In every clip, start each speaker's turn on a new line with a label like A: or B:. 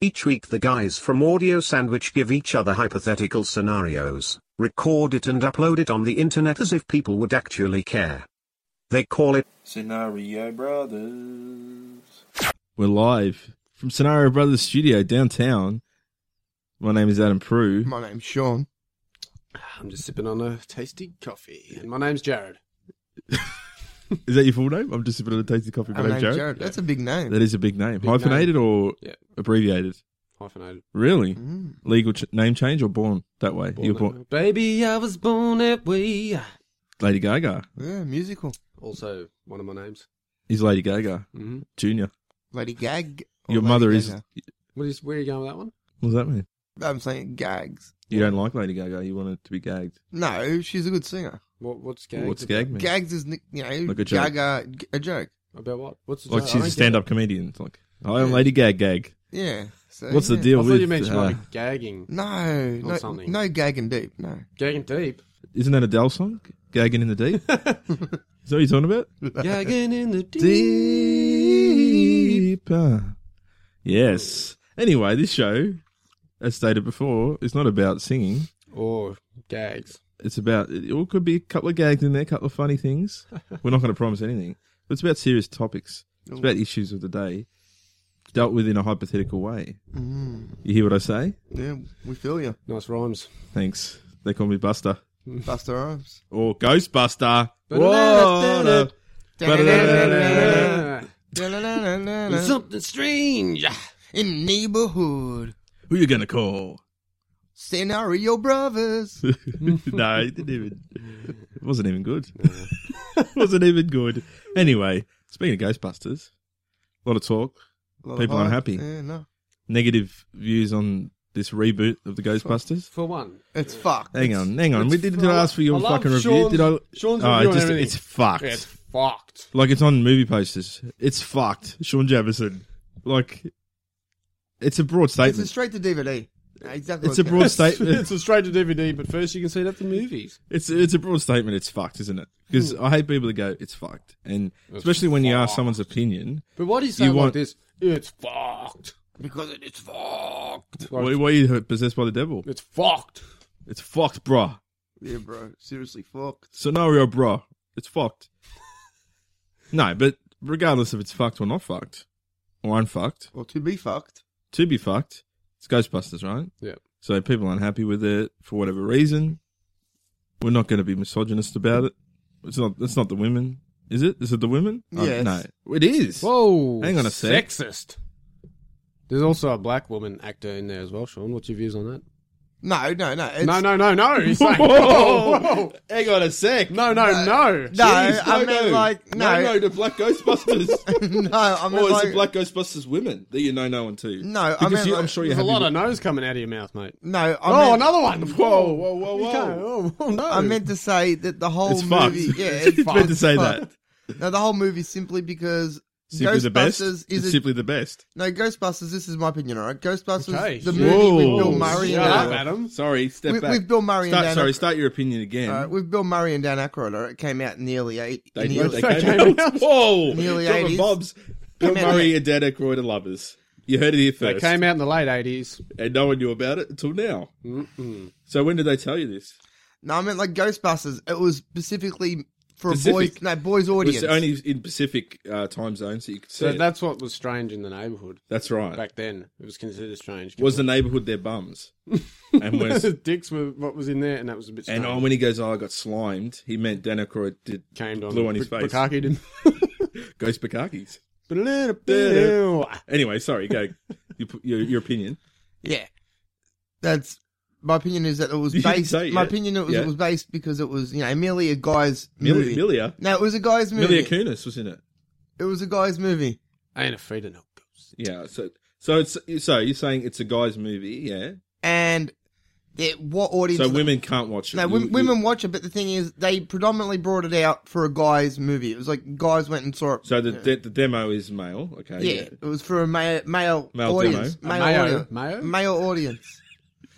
A: Each week the guys from Audio Sandwich give each other hypothetical scenarios, record it and upload it on the internet as if people would actually care. They call it
B: Scenario Brothers.
C: We're live from Scenario Brothers Studio downtown. My name is Adam Prue.
D: My name's Sean.
E: I'm just sipping on a tasty coffee. And my name's Jared.
C: Is that your full name? I'm just sipping on a tasty coffee. My
D: My
C: name's Jared.
D: name's Jared. That's a big name.
C: That is a big name.
E: Big
C: Hyphenated or
E: Yeah.
C: abbreviated?
E: Hyphenated.
C: Really?
D: Mm.
C: Legal ch- name change or born that way?
E: Born
C: You're
E: that
C: born
E: way. Baby, I was born that way.
C: Lady Gaga.
D: Yeah, musical.
E: Also, one of my names.
C: He's Lady Gaga
E: Mm-hmm.
C: Junior.
D: Lady Gag. or
C: Your
D: Lady
C: mother is.
D: Gaga?
E: What is, where are you going with that one?
C: What does that mean?
D: I'm saying gags.
C: You don't like Lady Gaga. You want her to be gagged.
D: No, she's a good singer.
E: What, what's gag?
C: What's gag mean?
D: Gags is, nick- you know,
C: Like a joke.
D: Gaga, g- a joke.
E: About what? What's the
C: Like
E: joke? I
C: she's
E: don't
C: a
E: get
C: stand-up
E: it.
C: comedian. It's like I'm
D: Yeah.
C: Lady Gag Gag.
D: Yeah. So,
C: What's the
D: yeah.
C: deal
E: I
C: with?
E: thought you meant she
C: uh,
E: might be gagging.
D: No, no,
E: something.
D: no gagging deep. No.
E: Gagging deep.
C: isn't that Adele song? Gagging in the deep. is that what you're talking about?
E: gagging in the deep.
C: deeper. Yes. Anyway, this show, as stated before, is not about singing.
E: Or gags.
C: It's about it all could be a couple of gags in there, a couple of funny things. We're not going to promise anything. But it's about serious topics. It's about issues of the day, dealt with in a hypothetical way. You hear what I say?
D: Yeah, we feel you.
E: Nice rhymes.
C: Thanks. They call me Buster
D: Buster Rhymes.
C: or Ghostbuster.
E: Ba-da-da-da-da.
C: Ba-da-da-da-da-da.
D: Da-na-na-na-na-na.
E: Something strange.
D: In the neighborhood.
C: Who you gonna call?
D: Scenario Brothers.
C: no, it didn't even. It wasn't even good. wasn't even good. Anyway, speaking of Ghostbusters, a lot of talk,
D: Lot of
C: People aren't
D: hype.
C: happy.
D: Yeah, no.
C: negative views on this reboot of the Ghostbusters.
E: For one.
D: It's fucked.
C: Hang
D: It's-
C: on, hang on.
E: It's
C: We did,
E: fu-
C: did I ask for your
E: I love
C: fucking review?
E: Sean's-
C: Did I?
E: Sean's
C: Oh, it
E: review on
C: just,
E: everything.
C: it's fucked.
E: It's fucked.
C: Like it's on movie posters. It's fucked. Sean Jefferson. Like, it's a broad
D: It's
C: statement.
D: a straight to DVD. Exactly.
C: It's a
D: what-
C: broad statement.
E: it's a straight to DVD, but first you can see it at the movies.
C: It's it's a broad statement. It's fucked, isn't it? Because
E: Hmm.
C: I hate people that go, "It's fucked," and especially when you ask someone's opinion.
E: But why do you sound
C: want-
E: like this? It's fucked.
D: Because it- it's fucked.
C: Why, why are you possessed by the devil?
E: It's fucked.
C: It's fucked, bruh.
D: Yeah, bro. Seriously, fucked.
C: Scenario, bruh. It's fucked. no, but regardless if it's fucked or not fucked, or unfucked,
D: Or to be fucked.
C: to be fucked, it's Ghostbusters, right?
E: Yeah.
C: So people aren't happy with it for whatever reason. We're not going to be misogynist about it. It's not. It's not the women, is it? Is it the women? Uh,
D: Yes.
C: no, it is.
E: Whoa.
C: Hang on a sec.
E: Sexist. There's also a black woman actor in there as well, Sean. What's your views on that?
D: No, no, no. It's,
E: no, no, no, no. He's saying,
C: Whoa.
E: whoa, whoa.
C: Hang on a sec.
E: No, no, no.
D: No, I meant like
C: no,
D: no, no,
C: the Black Ghostbusters.
D: I
C: or
D: meant
C: is
D: like
C: it Oh, Black Ghostbusters women that you know no one to?
D: No, I
C: because
D: meant
C: you,
D: like-
C: I'm sure you
E: There's a
C: have
E: lot of no's coming out of your mouth, mate.
D: no. I
E: oh,
D: meant,
E: another one. Whoa, whoa, whoa,
C: whoa.
E: whoa. Oh, no.
D: I meant to say that the whole
C: It's fucked.
D: movie. Yeah,
C: it's meant to say that.
D: that. No, the whole movie simply because
C: Simply
D: Ghostbusters
C: the best.
D: is
C: It's
D: a,
C: simply the best.
D: no Ghostbusters. This is my opinion. All right, Ghostbusters,
E: Okay.
D: the
E: Whoa.
D: movie with Bill Murray
E: Shut
D: and
E: up,
D: Dan,
E: Adam.
C: Sorry, step
D: with,
C: back.
D: with Bill Murray
C: start,
D: and Dan.
C: sorry, start your opinion again.
D: all right, with Bill Murray and Dan Aykroyd. All right, came out nearly eight.
C: they
D: nearly,
C: they
E: They
C: came
E: came
C: out. Whoa!
D: Nearly
C: Drop a
D: 80s.
C: Bob's. Bill
D: Came out-
C: Murray and Dan Aykroyd are lovers. You heard it here
E: They
C: first,
E: came out in the late 80s.
C: and no one knew about it until now. So when did they tell you this?
D: no, I meant like Ghostbusters. It was specifically for a
C: Specific.
D: boys, no boys
C: It
D: audience.
C: was only in Pacific uh, time zone, so you could see.
E: So
C: it.
E: that's what was strange in the neighborhood
C: That's right.
E: back then. It was considered strange.
C: was the neighbourhood their bums? and was
E: dicks were what was in there, and that was a bit
C: and
E: strange.
C: oh, when he goes, oh, I got slimed. He meant Dan Aykroyd did
E: came on,
C: blew on his face.
E: Bukaki didn't.
C: Ghost Bakakis.
E: Ba-da-da-da-da.
C: Anyway, sorry, go. you, put your, your opinion.
D: Yeah, that's my opinion. Is that it was
C: You didn't
D: based?
C: say it
D: My
C: yet.
D: opinion it was
C: Yeah.
D: it was based because it was you know merely a guy's
C: Millie,
D: movie.
C: Milia.
D: No, it was a guy's movie.
C: Milia Kunis was in it.
D: it was a guy's movie.
E: I ain't afraid of no ghosts.
C: Yeah. So, so it's so you're saying it's a guy's movie, yeah?
D: And it, what audience?
C: So women can't watch it.
D: No,
C: You-
D: wom-
C: you-
D: women watch it, but the thing is, they predominantly brought it out for a guy's movie. It was like guys went and saw it.
C: So the, de- the demo is male. Okay.
D: yeah, it was for a male male,
C: Male
D: audience.
C: demo.
E: A
D: Male
E: mayo-
D: audience.
E: mayo?
D: Male audience.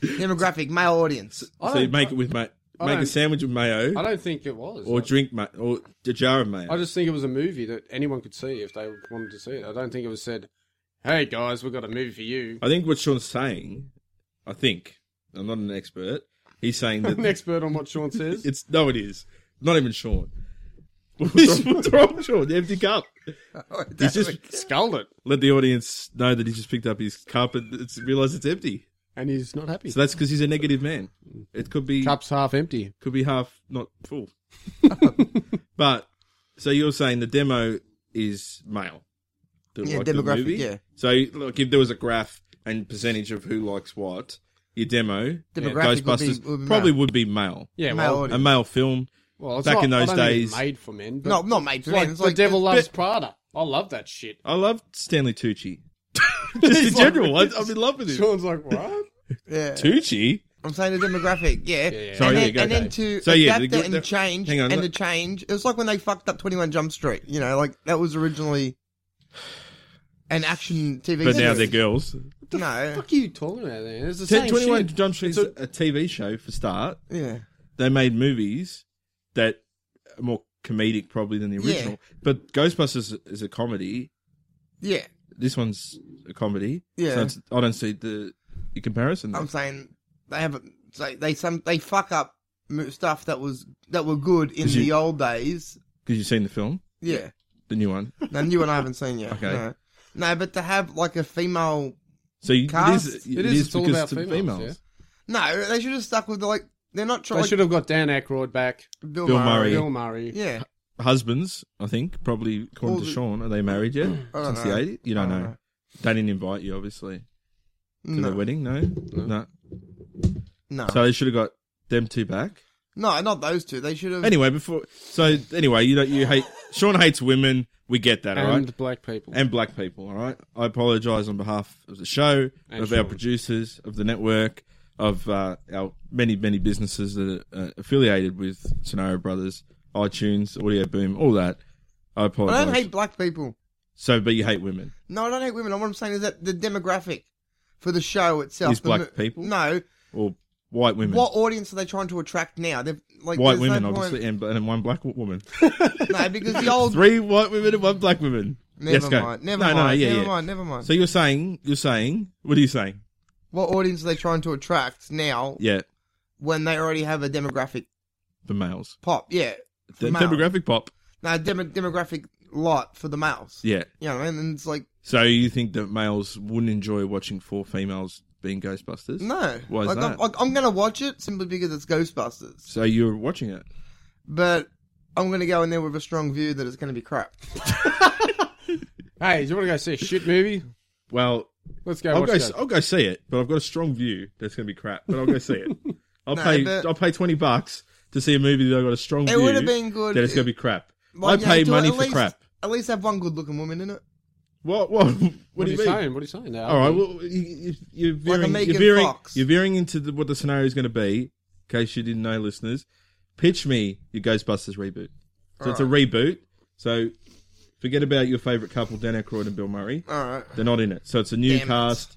D: Demographic male audience.
E: I
C: So you
E: don't-
C: make it with ma-
E: I
C: make a
E: don't-
C: sandwich with mayo,
E: I don't think it was.
C: or drink ma- or a jar of mayo.
E: I just think it was a movie that anyone could see if they wanted to see it. I don't think it was said Hey guys, we've got a movie for you.
C: I think what Sean's saying, I think, I'm not an expert. He's saying
E: I'm an
C: that
E: expert on what Sean says.
C: it's no, it is not even Sean. What's wrong, what's wrong, Sean? The empty cup.
D: Oh,
C: He's just
E: Sculled it,
C: let the audience know that he's just picked up his cup and it's, realized it's empty.
E: and he's not happy.
C: So that's because he's a negative man. It could be
E: Cup's half empty.
C: could be half not full. but so you're saying the demo is male. The-
D: Yeah,
C: the
D: demographic,
C: movie?
D: yeah.
C: So look, if there was a graph and percentage of who likes what, your demo yeah,
D: Demographic would be-
C: Ghostbusters
D: would be
C: probably
D: male.
C: would be male.
E: Yeah,
D: Male
E: well,
D: audience.
C: A male film.
E: well, it's
C: Back
E: not-
C: in
E: I
C: those
E: don't think it's
C: days-
E: made for men. But
D: No, not made for
E: like
D: men. It's
E: the
D: like
E: devil
D: it's-
E: loves Prada. I love that shit.
C: I love Stanley Tucci. Just in general, I, I'm in love with him.
E: Sean's like, what?
D: Yeah.
C: Tucci.
D: I'm saying the demographic, yeah.
E: yeah.
C: Sorry,
D: and
C: yeah,
D: then,
C: go,
D: and then
C: Dave.
D: to
C: So, yeah,
D: adapt
C: the-
D: it and
C: the-
D: change
C: hang on, let-
D: and the change. It was like when they fucked up 21 Jump Street. You know, like that was originally an action TV.
C: But now
D: series.
C: they're girls.
D: No,
E: Fuck you talking about there? It's the
C: Ten-
E: same
C: 21
E: shit.
C: Jump Street's a, a TV show for start.
D: yeah,
C: they made movies that are more comedic probably than the
D: Yeah.
C: original. But Ghostbusters is a comedy.
D: yeah.
C: This one's a comedy.
D: Yeah.
C: So it's, I don't see the, the comparison. there.
D: I'm saying they haven't. They, they some they fuck up mo- stuff that was that were good in
C: Did you-
D: the old days.
C: Because you've seen the film,
D: Yeah,
C: the new one.
D: and you and I haven't seen yet.
C: Okay.
D: No. No, but to have like a female
C: So you, it
D: Cast?
C: is,
E: It
C: it
E: is,
C: is
E: it's all
C: because
E: about
C: it's females.
E: females,
D: No, they should have stuck with the, like they're not
E: They
D: trying.
E: should have got Dan Aykroyd back.
D: Bill,
C: Bill
D: Murray.
C: Murray.
E: Bill Murray.
D: Yeah,
C: Husbands, I think, probably according
D: Well,
C: to
D: the-
C: Sean, are they married yet?
D: I don't
C: Since
D: know.
C: the 80s? You don't,
D: I don't
C: know.
D: know.
C: They didn't invite you, obviously, to the
D: no,
C: wedding. No? no,
D: no,
C: So they should have got them two back.
D: no, not those two. They should have.
C: Anyway, before so anyway, you know you hate Sean hates women. We get that, all right?
E: and black people.
C: and black people. All right, I apologise on behalf of the show,
E: And
C: of
E: Sean.
C: our producers, of the network, of uh, our many many businesses that are uh, affiliated with Scenario Brothers, iTunes, Audio Boom, all that. I
D: I
C: apologise.
D: don't hate black people.
C: so, but you hate women.
D: No, I don't hate women. What I'm saying is that the demographic for the show itself
C: Is
D: the
C: black people?
D: No,
C: or white women.
D: what audience are they trying to attract now? They've like
C: White
D: there's
C: women,
D: no point-
C: obviously, and, and one black woman.
D: No, because the old
C: Three white women and one black woman.
D: Never
C: yes, go.
D: mind. Never
C: no, no,
D: mind.
C: yeah,
D: never
C: yeah.
D: mind. Never mind.
C: So you're saying, you're saying, what are you saying?
D: what audience are they trying to attract now
C: Yeah,
D: when they already have a demographic
C: the males.
D: pop? Yeah, for
C: The
D: males.
C: demographic pop.
D: No, demo- demographic lot for the males.
C: Yeah.
D: You know, what I mean? and it's like
C: So you think that males wouldn't enjoy watching four females being Ghostbusters?
D: no.
C: Why is
D: like,
C: that?
D: I'm, like, I'm gonna watch it simply because it's Ghostbusters,
C: so you're watching it.
D: but I'm gonna go in there with a strong view that it's gonna be crap.
E: hey, do you want to go see a shit movie?
C: Well,
E: Let's go
C: I'll
E: watch
C: go.
E: that.
C: I'll go see it, but I've got a strong view that's going to be crap. But I'll go see it. I'll
D: No,
C: pay.
D: but-
C: I'll pay twenty bucks to see a movie that I got a strong
D: It
C: view.
D: would've been good
C: That it's going to
D: if-
C: be crap.
D: Like,
C: I
D: you know,
C: pay
D: do
C: money
D: at
C: for
D: least-
C: crap.
D: At least have one good-looking woman in it.
C: What? What? What,
E: what,
C: do you
E: are you
C: mean?
E: saying? What are you saying? Now?
C: All right. Well, you, you- you're veering.
D: Megan
C: you're veering.
D: Fox.
C: You're veering into the, what the scenario is going to be. In case you didn't know, listeners, pitch me your Ghostbusters reboot. So it's a reboot. So forget about your favorite couple, Dan Aykroyd and Bill Murray.
D: All right.
C: They're not in it. So it's a new
D: Damn it.
C: cast.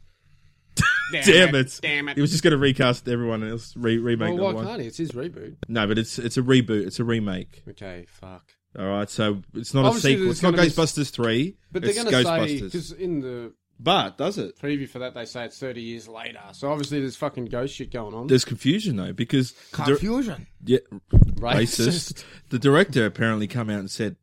E: damn,
C: Damn it!
E: Damn it!
C: He was just going to recast everyone else, re- remake
E: well,
C: that
E: why
C: one.
E: can't he? It's his reboot.
C: No, but it's it's a reboot. It's a remake.
E: Okay, fuck.
C: All right. So it's not
E: Obviously,
C: a sequel.
E: there's
C: It's not
E: gonna be-
C: Ghostbusters three.
E: But
C: it's
E: they're going to say
C: Ghostbusters.
E: because in the
C: But does it?
E: preview for that they say it's 30 years later. So obviously there's fucking ghost shit going on.
C: There's confusion though because the dir-
D: Confusion
C: yeah,
E: Racist.
C: racist. The director apparently come out and said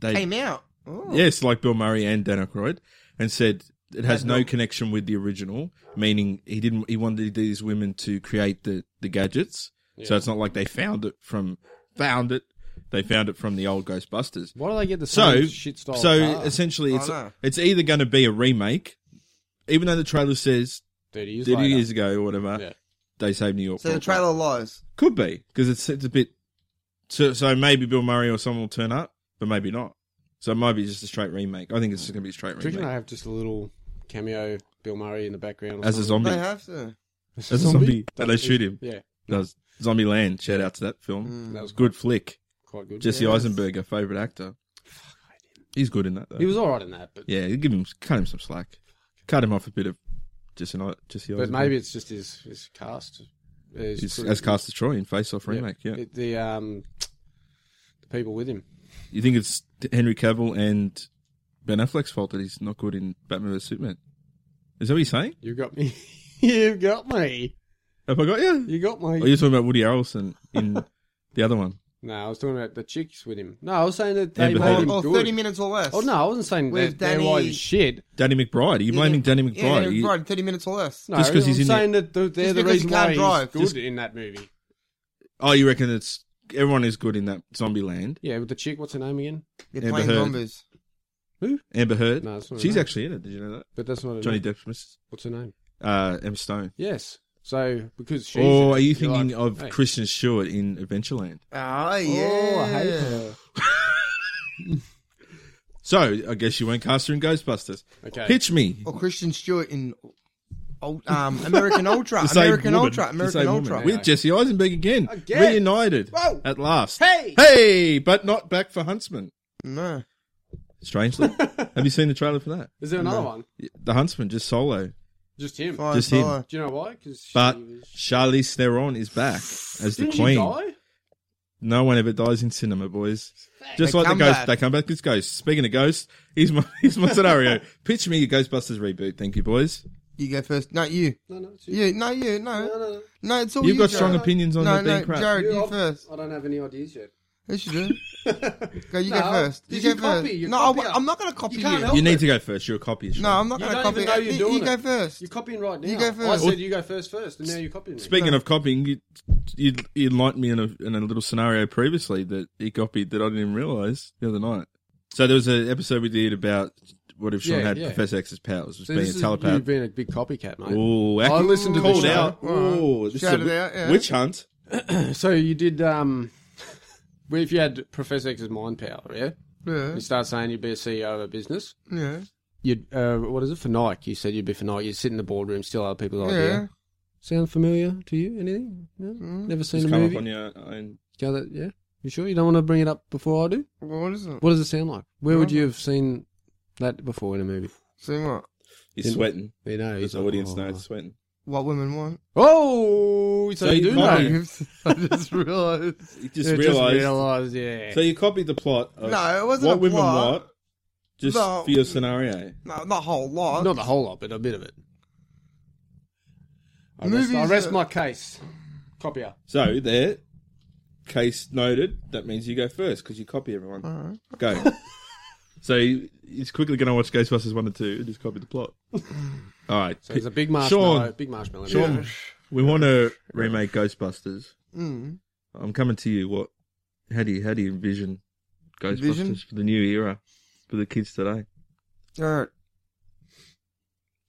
C: they
D: came out. Oh.
C: yes, like Bill Murray and Dan Aykroyd, and said it has no connection with the original. Meaning he didn't. He wanted these women to create the the gadgets, so it's not like they found it from found it. They found it from the old Ghostbusters.
E: Why do they get the same
C: So,
E: shit style?
C: so
E: car?
C: essentially, it's
D: know.
C: it's either going to be a remake, even though the trailer says
E: 30 years
C: thirty
E: later.
C: years ago or whatever.
E: Yeah.
C: They saved New York.
D: So the
C: Broadway.
D: trailer lies.
C: Could be because it's it's a bit. So so maybe Bill Murray or someone will turn up, but maybe not. So it might be just a straight remake. I think it's just going to be a straight
E: Do you
C: remake
E: reckon they have just a little cameo Bill Murray in the background? Or
C: as a
E: something?
C: zombie.
D: They have to.
E: As
C: As a zombie, and they shoot him.
E: Yeah,
C: That was Zombie Land. Shout out to that film.
E: that was
C: Good flick.
E: quite good.
C: Jesse
D: Mm. Yes.
C: Eisenberg, our favorite actor. He's good in that though.
E: He was all right in that, but
C: yeah, you give him cut him some slack. Cut him off a bit of Jesse Ei- Jesse
E: but
C: Eisenberg.
E: maybe it's just his his cast. Is
C: He's-
E: pretty-
C: as cast as Troy in Face Off remake. Yeah.
E: It- the um the people with him.
C: You think it's Henry Cavill and Ben Affleck's fault that he's not good in Batman vs Superman. Is that what you're saying?
E: You got me. you got me.
C: Have I got you?
E: You got
C: Or
E: me.
C: are Oh, you talking about Woody Harrelson in the other one?
E: No, I was talking about the chicks with him. No, I was saying that they
C: Yeah, but
E: made
C: they-
E: him
D: Or, or
E: good.
D: 30 minutes or less.
E: Oh no, I wasn't saying
D: With
E: that their life
D: Danny-
E: is shit.
C: Danny McBride. Are you blaming Danny McBride?
D: Yeah,
C: You-
D: right, 30 minutes or less.
E: No,
C: Just 'cause he's
E: I'm
C: in
E: saying that the, they're
D: Just
E: the
D: because he
E: reason
D: can't
E: why
D: drive,
E: he's
D: just-
E: good in that movie.
C: Oh, you reckon it's everyone is good in that zombie land?
E: Yeah, with the chick, what's her name again?
D: You're
C: Amber
D: playing
C: Heard.
D: numbers.
C: Amber Heard.
E: No, that's not her
C: She's
E: name.
C: actually in it. Did you know that?
E: But that's not her
C: Johnny
E: name.
C: Depp's missus.
E: What's her name?
C: Uh, Emma Stone.
E: Yes. So because she's
C: or Oh, are you
E: you're
C: thinking
E: like,
C: of
E: hey.
C: Christian Stewart in Adventureland?
D: Oh,
E: Oh,
D: yeah.
E: I hate her.
C: So I guess you won't cast her in Ghostbusters.
E: Okay.
C: Pitch
E: Oh,
C: me.
D: Or Christian Stewart in old, um, American Ultra.
C: The same
D: American
C: woman.
D: Ultra.
C: The
D: American
C: same woman.
D: Ultra.
C: With Jesse Eisenberg again.
E: Again.
C: Reunited.
E: Whoa.
C: At last.
E: Hey!
C: Hey, but not back for Huntsman.
D: No.
C: Strangely. Have you seen the trailer for that?
E: Is there another one?
C: The Huntsman, just solo.
E: Just him.
D: Fine,
C: Just him.
D: fine.
E: Do you know why? Because
C: But
E: she was...
C: Charlize Theron is back as the
E: didn't
C: queen.
E: she die?
C: No one ever dies in cinema, boys. Just
D: They
C: like the
D: come
C: ghost,
D: back.
C: they come back. It's ghosts. Speaking of ghosts, here's my here's my scenario. Pitch me a Ghostbusters reboot. Thank you, boys.
D: You go first. No, you.
E: No, no, it's you.
D: You. No, you. No.
E: No, no, no.
D: No, it's all
C: You've
D: you,
C: got
D: Jared.
C: strong opinions on
D: no,
C: the
D: no,
C: being crap.
D: Jared, you
E: I'll-
D: first.
E: I don't have any ideas yet.
D: Yes, you do. Go, you
E: No,
D: go first. You
E: did
D: go
E: you copy?
D: first.
E: You're
D: no, I,
E: copier.
D: am not going to copy you.
E: You can't help
C: you need to go first. You're a copyist.
D: No, I'm not
E: You
D: going to
E: don't
D: copy
E: even know you're
D: you.
E: doing
D: you go
E: it.
D: first.
E: You're copying right now.
D: You go
E: I
D: first.
E: said you go first first, and now you're copying me.
C: Speaking of copying, you, you you enlightened me in a in a little scenario previously that he copied that I didn't even realize the other night. So there was an episode we did about what if Sean
E: Yeah,
C: had
E: yeah.
C: Professor X's powers, was
E: So
C: being
E: this
C: a
E: is you
C: telepath.
E: being a big copycat, mate.
C: Oh, I
E: listened to the
C: called
E: show.
C: out. Oh, this is
D: Shout
C: a
D: it
C: wi-
D: out, yeah.
C: witch hunt.
E: So you did um well, if you had Professor X's mind power, yeah?
D: Yeah.
E: You start saying you'd be a CEO of a business.
D: Yeah.
E: You'd uh, what is it for Nike? You said you'd be for Nike. You'd sit in the boardroom, steal other people's
D: Yeah.
E: idea. Sound familiar to you? Anything? No?
D: Mm.
E: Never seen
C: Just
E: a
C: come
E: movie.
C: up on your own.
E: Go that- yeah. You sure you don't want to bring it up before I do?
D: Well, what is it?
E: What does it sound like? Where would you have seen that before in a movie?
D: Seeing what?
C: You're
E: Didn't-
C: sweating.
E: You know,
C: His
E: he's like,
C: audience
E: oh.
C: knows it's sweating.
D: What women want.
E: Oh, so,
C: So
E: you
C: you
E: do
C: might-
E: know.
D: I just realised.
C: You just
E: You
C: realised.
E: realised, yeah.
C: so you copied the plot of
D: No, it wasn't
C: what
D: a
C: women
D: plot.
C: want, just
D: No.
C: for your scenario.
D: No, not a whole lot.
E: Not a whole lot, but a bit of it. I rest,
D: Movies
E: I rest
D: that-
E: my case. Copier.
C: So there, case noted. That means you go first because you copy everyone.
D: Alright.
C: Go. so you- he's quickly going to watch Ghostbusters one and two and just copy the plot. All right,
E: So there's a big marshmallow.
C: Sean.
E: Big marshmallow.
C: Sean, we want to remake Ghostbusters.
D: Mm.
C: I'm coming to you. What? How do you how do you envision Ghostbusters
D: Vision?
C: for the new era for the kids today?
D: Alright.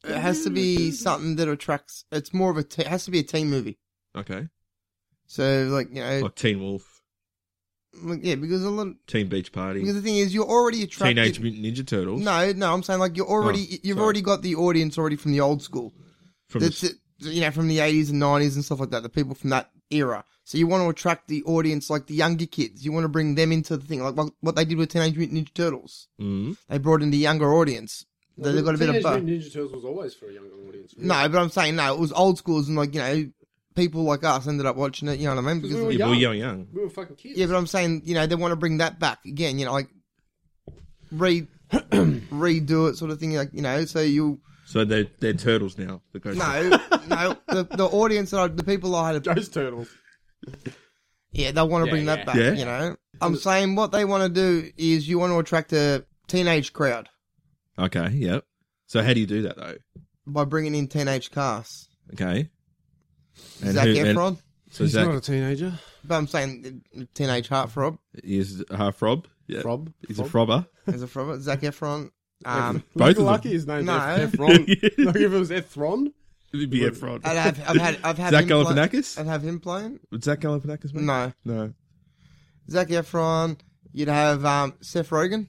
D: It has to be something that attracts. It's more of a. T- it has to be a teen movie.
C: Okay,
D: So like you know,
C: like Teen Wolf,
D: like, yeah, because a lot. Of,
C: Teen Beach Party,
D: because the thing is, you're already attracted.
C: Teenage Mutant Ninja Turtles.
D: No, no, I'm saying like you're already.
C: Oh,
D: you've
C: sorry.
D: already got the audience already from the old school.
C: from
D: That's
C: the,
D: it. You know, from the 80s and 90s and stuff like that. The people from that era. So you want to attract the audience, like the younger kids. You want to bring them into the thing, like what, what they did with Teenage Mutant Ninja Turtles.
C: Mm.
D: They brought in the younger audience. They they got a bit of both.
E: Ninja Turtles was always for a younger audience.
D: No, but I'm saying no. It was old schools and like you know, people like us ended up watching it. You know what I mean? Because
E: we were
C: Yeah, but young, young.
E: We were fucking kids.
D: yeah, but I'm saying you know they want to bring that back again. You know, like re redo it sort of thing. Like you know, so you
C: So they're they're turtles now. The Ghostbusters.
D: no no the, the audience that I, the people I had
E: Ghost Turtles.
D: yeah they want to
E: Yeah,
D: bring
E: yeah.
D: that back.
C: Yeah.
D: You know, I'm saying what they want to do is you want to attract a teenage crowd
C: Okay, yep. So how do you do that though?
D: by bringing in teenage casts.
C: Okay.
D: Zac
C: who-
D: Efron,
C: so Zac
E: a teenager.
D: but I'm saying uh, teenage heartthrob
C: is half Rob. Yeah.
E: Rob.
C: He's a frobber.
D: is a from it. Zac Efron. Um,
C: Both of them.
E: lucky his name's
D: No.
E: Ef- Efron. like if it was Efron.
C: It'd be a fraud.
D: I'd have, I've had, I've had
C: Zach
D: him play-
C: Galifianakis? Hmm.
D: I'd have him playing.
C: Would Zach Galifianakis? make it?
D: No,
C: No.
D: Zach Efron. You'd have um, Seth Rogen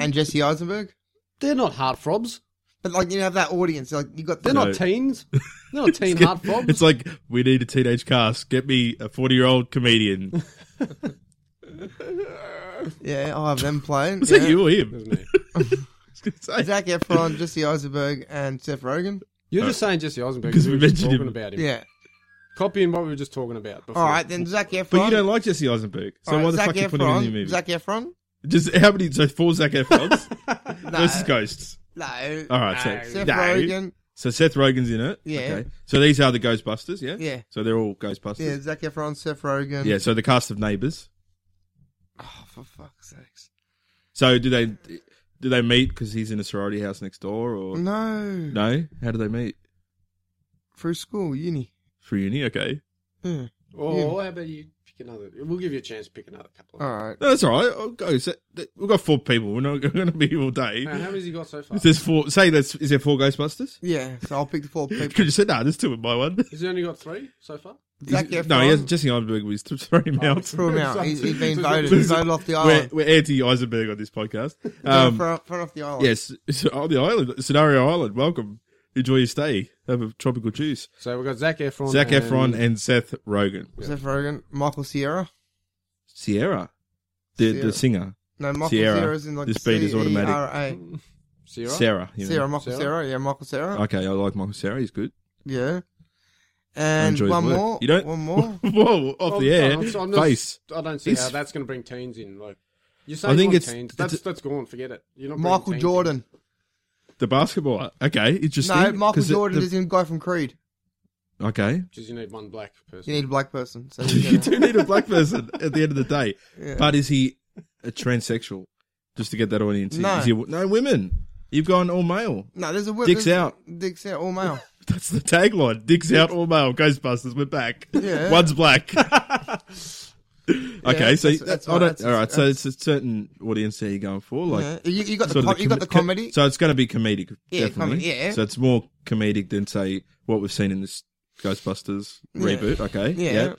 D: and Jesse Eisenberg.
E: They're not heartthrobs.
D: But like you have that audience, like you got
E: They're
C: No.
E: not teens. They're not teen heartthrobs.
C: It's like we need a teenage cast. Get me a forty-year-old comedian.
D: yeah, I'll have them playing.
C: Was
D: yeah.
C: that you or him?
E: Isn't it?
C: I was gonna say.
D: Zac Efron, Jesse Eisenberg, and Seth Rogen.
E: You're just saying Jesse Eisenberg
C: 'Cause
E: because we were
C: Uh, we
E: just
C: mentioned
E: talking
C: him.
E: about him.
D: Yeah.
E: Copying what we were just talking about. Before.
D: All right, then Zach Efron.
C: But you don't like Jesse Eisenberg, so
D: All right,
C: why the
D: Zac
C: fuck you put him
D: Efron,
C: in your movie?
D: Zac Efron.
C: Just how many? So four Zac Efrons versus Ghosts.
D: No.
C: All right,
E: No.
C: so
D: Seth
C: no.
D: Rogen.
C: So Seth Rogen's in it.
D: Yeah.
C: Okay. So these are the Ghostbusters. Yeah.
D: Yeah.
C: So they're all
D: Yeah, um,
C: Ghostbusters.
D: Zac Efron, Seth Rogen.
C: Yeah. So the cast of Neighbours.
D: Oh, for fuck's sakes.
C: So do they do they meet because he's in a sorority house next door or
D: No.
C: no? How do they meet?
D: Through school, uni.
C: Through uni. Okay. Hmm.
D: Yeah.
E: Or
D: Oh, Yeah.
E: Oh, how about you pick another? We'll give you a chance to pick another couple.
D: All right.
C: No, that's all right. I'll go. So, th- we've got four people. We're not going to be here all day.
D: Uh-huh.
E: Now, how many's he got so far?
C: If There's four. Say that's is there four Ghostbusters?
D: Yeah, so I'll pick the four people.
C: Could you say no? there's two in my one.
E: He's only got three so far.
D: Zac
C: He's-
D: Efron.
C: No, he has Jesse Eisenberg was th-
D: Oh,
C: throwing him out.
D: Threw him out. He's, he's been
E: So-
D: voted. He's voted off the
C: We're,
D: island.
C: we're anti Eisenberg on this podcast.
D: No,
C: Um,
D: thrown- thrown off the island.
C: yes, so on the island, Scenario Island. Welcome. Enjoy your stay. Have a tropical juice.
E: So we've got Zach
D: Oh,
E: Efron.
C: Zach Efron and Seth Rogen.
D: Seth Rogen, Michael Sierra.
C: Sierra, the the
D: Sierra.
C: singer.
D: No, Michael
C: Sierra.
D: Sierra's in like E
C: The speed is automatic.
D: C-E-R-A.
E: Sarah.
C: Sarah. you know. Oh.
D: Sierra, Michael
E: Sierra?
D: Sierra. yeah, Michael Sierra,
C: Okay, I like Michael Sarah. He's good.
D: yeah.
C: I
D: And
C: enjoy his
D: one
C: work.
D: more,
C: You don't.
D: one more.
C: Whoa, off the
D: Oh,
C: air.
E: Oh, I'm, so- I'm not-
C: Face.
E: I don't see
C: It's-
E: how that's going to bring teens in. Like you say,
C: I
E: I
C: think
E: think
C: it's-
E: teens.
C: it's
E: That's
C: a-
E: that's gone. Forget it. You're not bringing
D: Michael
E: teens
D: Jordan.
C: The basketballer. Okay, interesting.
D: No, Michael
C: 'Cause the-
D: Jordan
C: the-
D: is in guy from Creed.
C: Okay.
E: in, Because you need one black person.
D: You need a black person. So he's
C: you do
D: gonna-
C: need a black person at the end of the day.
D: Yeah.
C: But is he a transsexual? Just to get that audience. in.
D: No.
C: Is he, no women. You've gone all male.
D: no, there's a wo-
C: Dicks
D: there's-
C: out.
D: Dicks out, all male.
C: That's the tagline. Dicks out all male. Ghostbusters, we're back.
D: Yeah.
C: One's black. okay, so
D: that's- that's
C: I don't-
D: right, that's-
C: all right. So it's a certain audience there you're going for, like
D: yeah. you, you got the
C: sort
D: com-
C: of
D: you got the
C: com-
D: comedy.
C: So it's going to be comedic,
D: Yeah,
C: definitely.
D: comedy, yeah.
C: So it's more comedic than say what we've seen in this Ghostbusters reboot. Okay,
D: Yeah.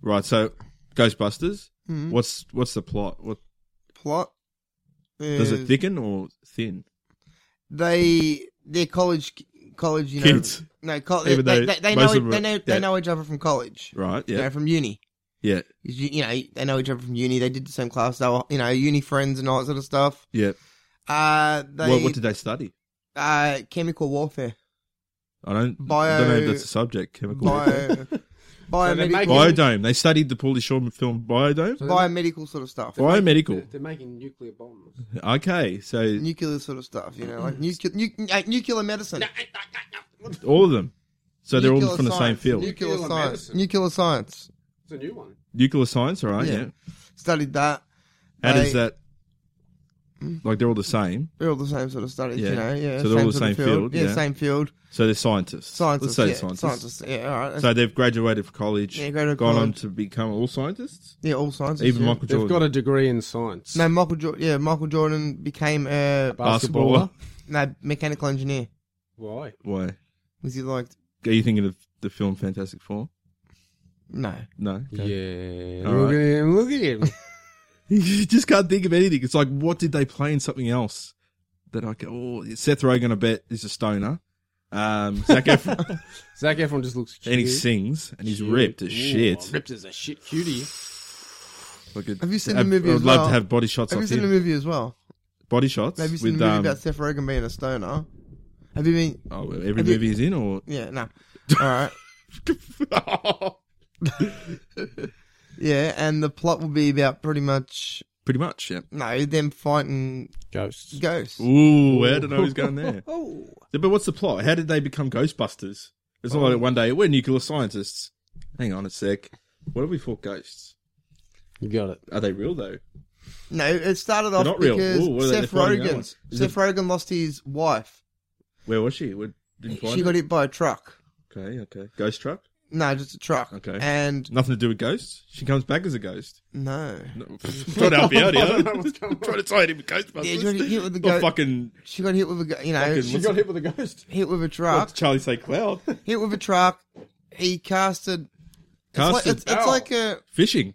C: Right, so Ghostbusters.
D: Hmm?
C: What's what's the plot? What
D: plot.
C: does
D: is
C: it thicken or thin?
D: They they're college college you know
C: Kids.
D: no col- they,
C: Even though
D: they, they, they
C: most
D: know
C: of them
D: they
C: are-
D: know
C: yeah.
D: they know each other from college
C: Right.
D: you know
C: Yeah.
D: from uni
C: Yeah.
D: you, you know they know each other from uni they did the same class they were you know uni friends and all that sort of stuff
C: Yeah.
D: Uh, they
C: what, what did they study?
D: uh chemical warfare,
C: I don't. I
D: Bio-
C: don't know if that's a subject. Chemical.
D: bio,
E: they make
D: biomedical,
E: it-
C: Biodome. They studied the Paulie Shore film Biodome.
D: biomedical sort of stuff,
E: They're,
C: Biomedical.
E: they're making nuclear bombs.
C: Okay, so
D: nuclear sort of stuff. You know, like
E: Mm-hmm.
D: nuclear, nu- uh, nuclear medicine,
C: all of them. So they're all
D: Nuclear
C: from the same
D: science.
C: field.
D: nuclear,
E: Nuclear
D: science,
E: medicine.
D: nuclear science.
E: It's a new one.
C: Nuclear science, all right?
D: Yeah.
C: yeah.
D: Studied that.
C: How does
D: They- Hmm.
C: that? Like they're all the same.
D: They're all the same sort of studies.
C: Yeah.
D: You know, yeah.
C: So they're all the
D: sort of
C: same field,
D: Yeah,
C: yeah.
D: same field.
C: So they're scientists.
D: Scientists.
C: Let's say
D: yeah.
C: scientists.
D: Yeah, all right.
C: So they've graduated from college.
D: Yeah, graduated
C: gone on
D: college.
C: to become all scientists.
D: yeah, all sciences.
C: Even
D: yeah.
C: Michael
E: They've
C: Jordan.
E: got a degree in science.
D: No, Michael Jordan. Yeah, Michael Jordan became a
C: basketballer.
D: no mechanical engineer.
E: Why?
C: Why?
D: Was he like
C: Are you thinking of the film Fantastic Four?
D: no?
C: No.
E: Yeah.
C: All
E: look
C: right.
E: at him. Look at him.
C: you just can't think of anything. It's like, what did they play in something else that I can? Oh, Seth Rogen, I bet, is a stoner. Um, Zac Efron,
E: Zach Efron just looks cute.
C: and he sings, and he's
E: Cute.
C: ripped as
E: Ooh,
C: shit.
E: Ripped as a shit cutie.
C: Like a-
D: Have you seen the
C: I'd-
D: movie
C: I'd
D: as
C: love
D: well?
C: to have body shots.
D: Have
C: off
D: you seen
C: him.
D: the movie as well?
C: Body shots.
D: Have you seen
C: with,
D: the movie
C: um,
D: about Seth Rogen being a stoner? Have you been?
C: Oh, every
D: Have you-
C: movie he's in, or
D: Yeah, no. All right. Yeah, and the plot will be about pretty much
C: pretty much, yeah.
D: no them fighting
E: Ghosts.
D: ghosts.
C: Ooh, I don't know who's going there.
D: Oh,
C: Yeah, But what's the plot? How did they become Ghostbusters? It's not
D: Oh.
C: like one day we're nuclear scientists. Hang on a sec. What are we for ghosts?
E: You got it.
C: Are they real though?
D: no! It started
C: They're
D: off
C: not real.
D: because
C: Ooh, what are they- they're
D: Seth
C: fighting that
D: Rogen.
C: one. Is
D: Seth Rogen lost his wife.
C: Where was she? We didn't find
D: She
C: her?
D: got hit by a truck.
C: Okay, okay. Ghost trap.
D: No, just a truck.
C: Okay.
D: And
C: Nothing to do with ghosts. She comes back as a ghost.
D: no,
C: No, trying to help you out
E: I don't know
C: here.
E: what's going on.
C: trying to tie it in with Ghostbusters.
D: Yeah, you got hit with the
C: Not
D: ghost-
C: fucking
D: she got hit with a gu- you know
C: Fucking
E: Uh, She
D: she
E: got hit with a ghost.
D: hit with a truck.
C: Charlie St. Cloud.
D: Hit with a truck. He casted. It's like,
C: Casted
D: it's, it's
E: Ow.
D: like a
C: fishing.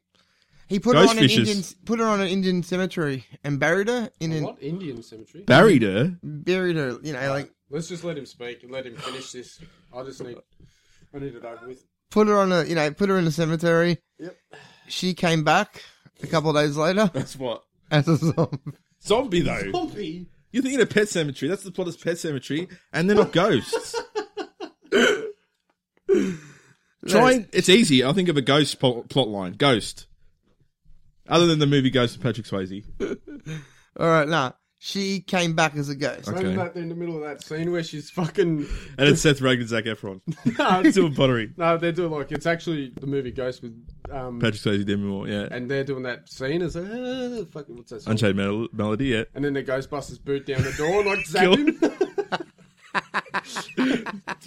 D: he put
C: Ghost
D: her on an
C: fishes.
D: Indian put her on an Indian cemetery and buried her in an
E: What? Indian cemetery?
C: Buried her.
D: buried her. You know, like
E: Let's just let him speak and let him finish this. I just need. I need it over with.
D: put her on a you know put her in a cemetery.
E: Yep.
D: She came back a couple of days later
C: That's what.
D: as a zombie.
C: Zombie though.
E: Pompey.
C: You're thinking of Pet Cemetery. That's the plot of Pet Cemetery, and they're not ghosts. Try. It's easy. I think of a ghost pl- plot line. Ghost. Other than the movie goes to Patrick Swayze.
D: All right, nah. She came back as a ghost.
C: Okay.
E: Remember that in the middle of that scene where she's fucking.
C: And it's Seth Rogen and Zac Efron.
E: no,
C: It's
E: it's-
C: all buttery.
E: no, they're doing like it's actually the movie Ghost with um,
C: Patrick Swayze, Demi Moore, yeah.
E: and they're doing that scene as uh, fucking what's that? Song?
C: Unchained Mel- Melody, yeah.
E: And then the Ghostbusters boot down the door and like zap him.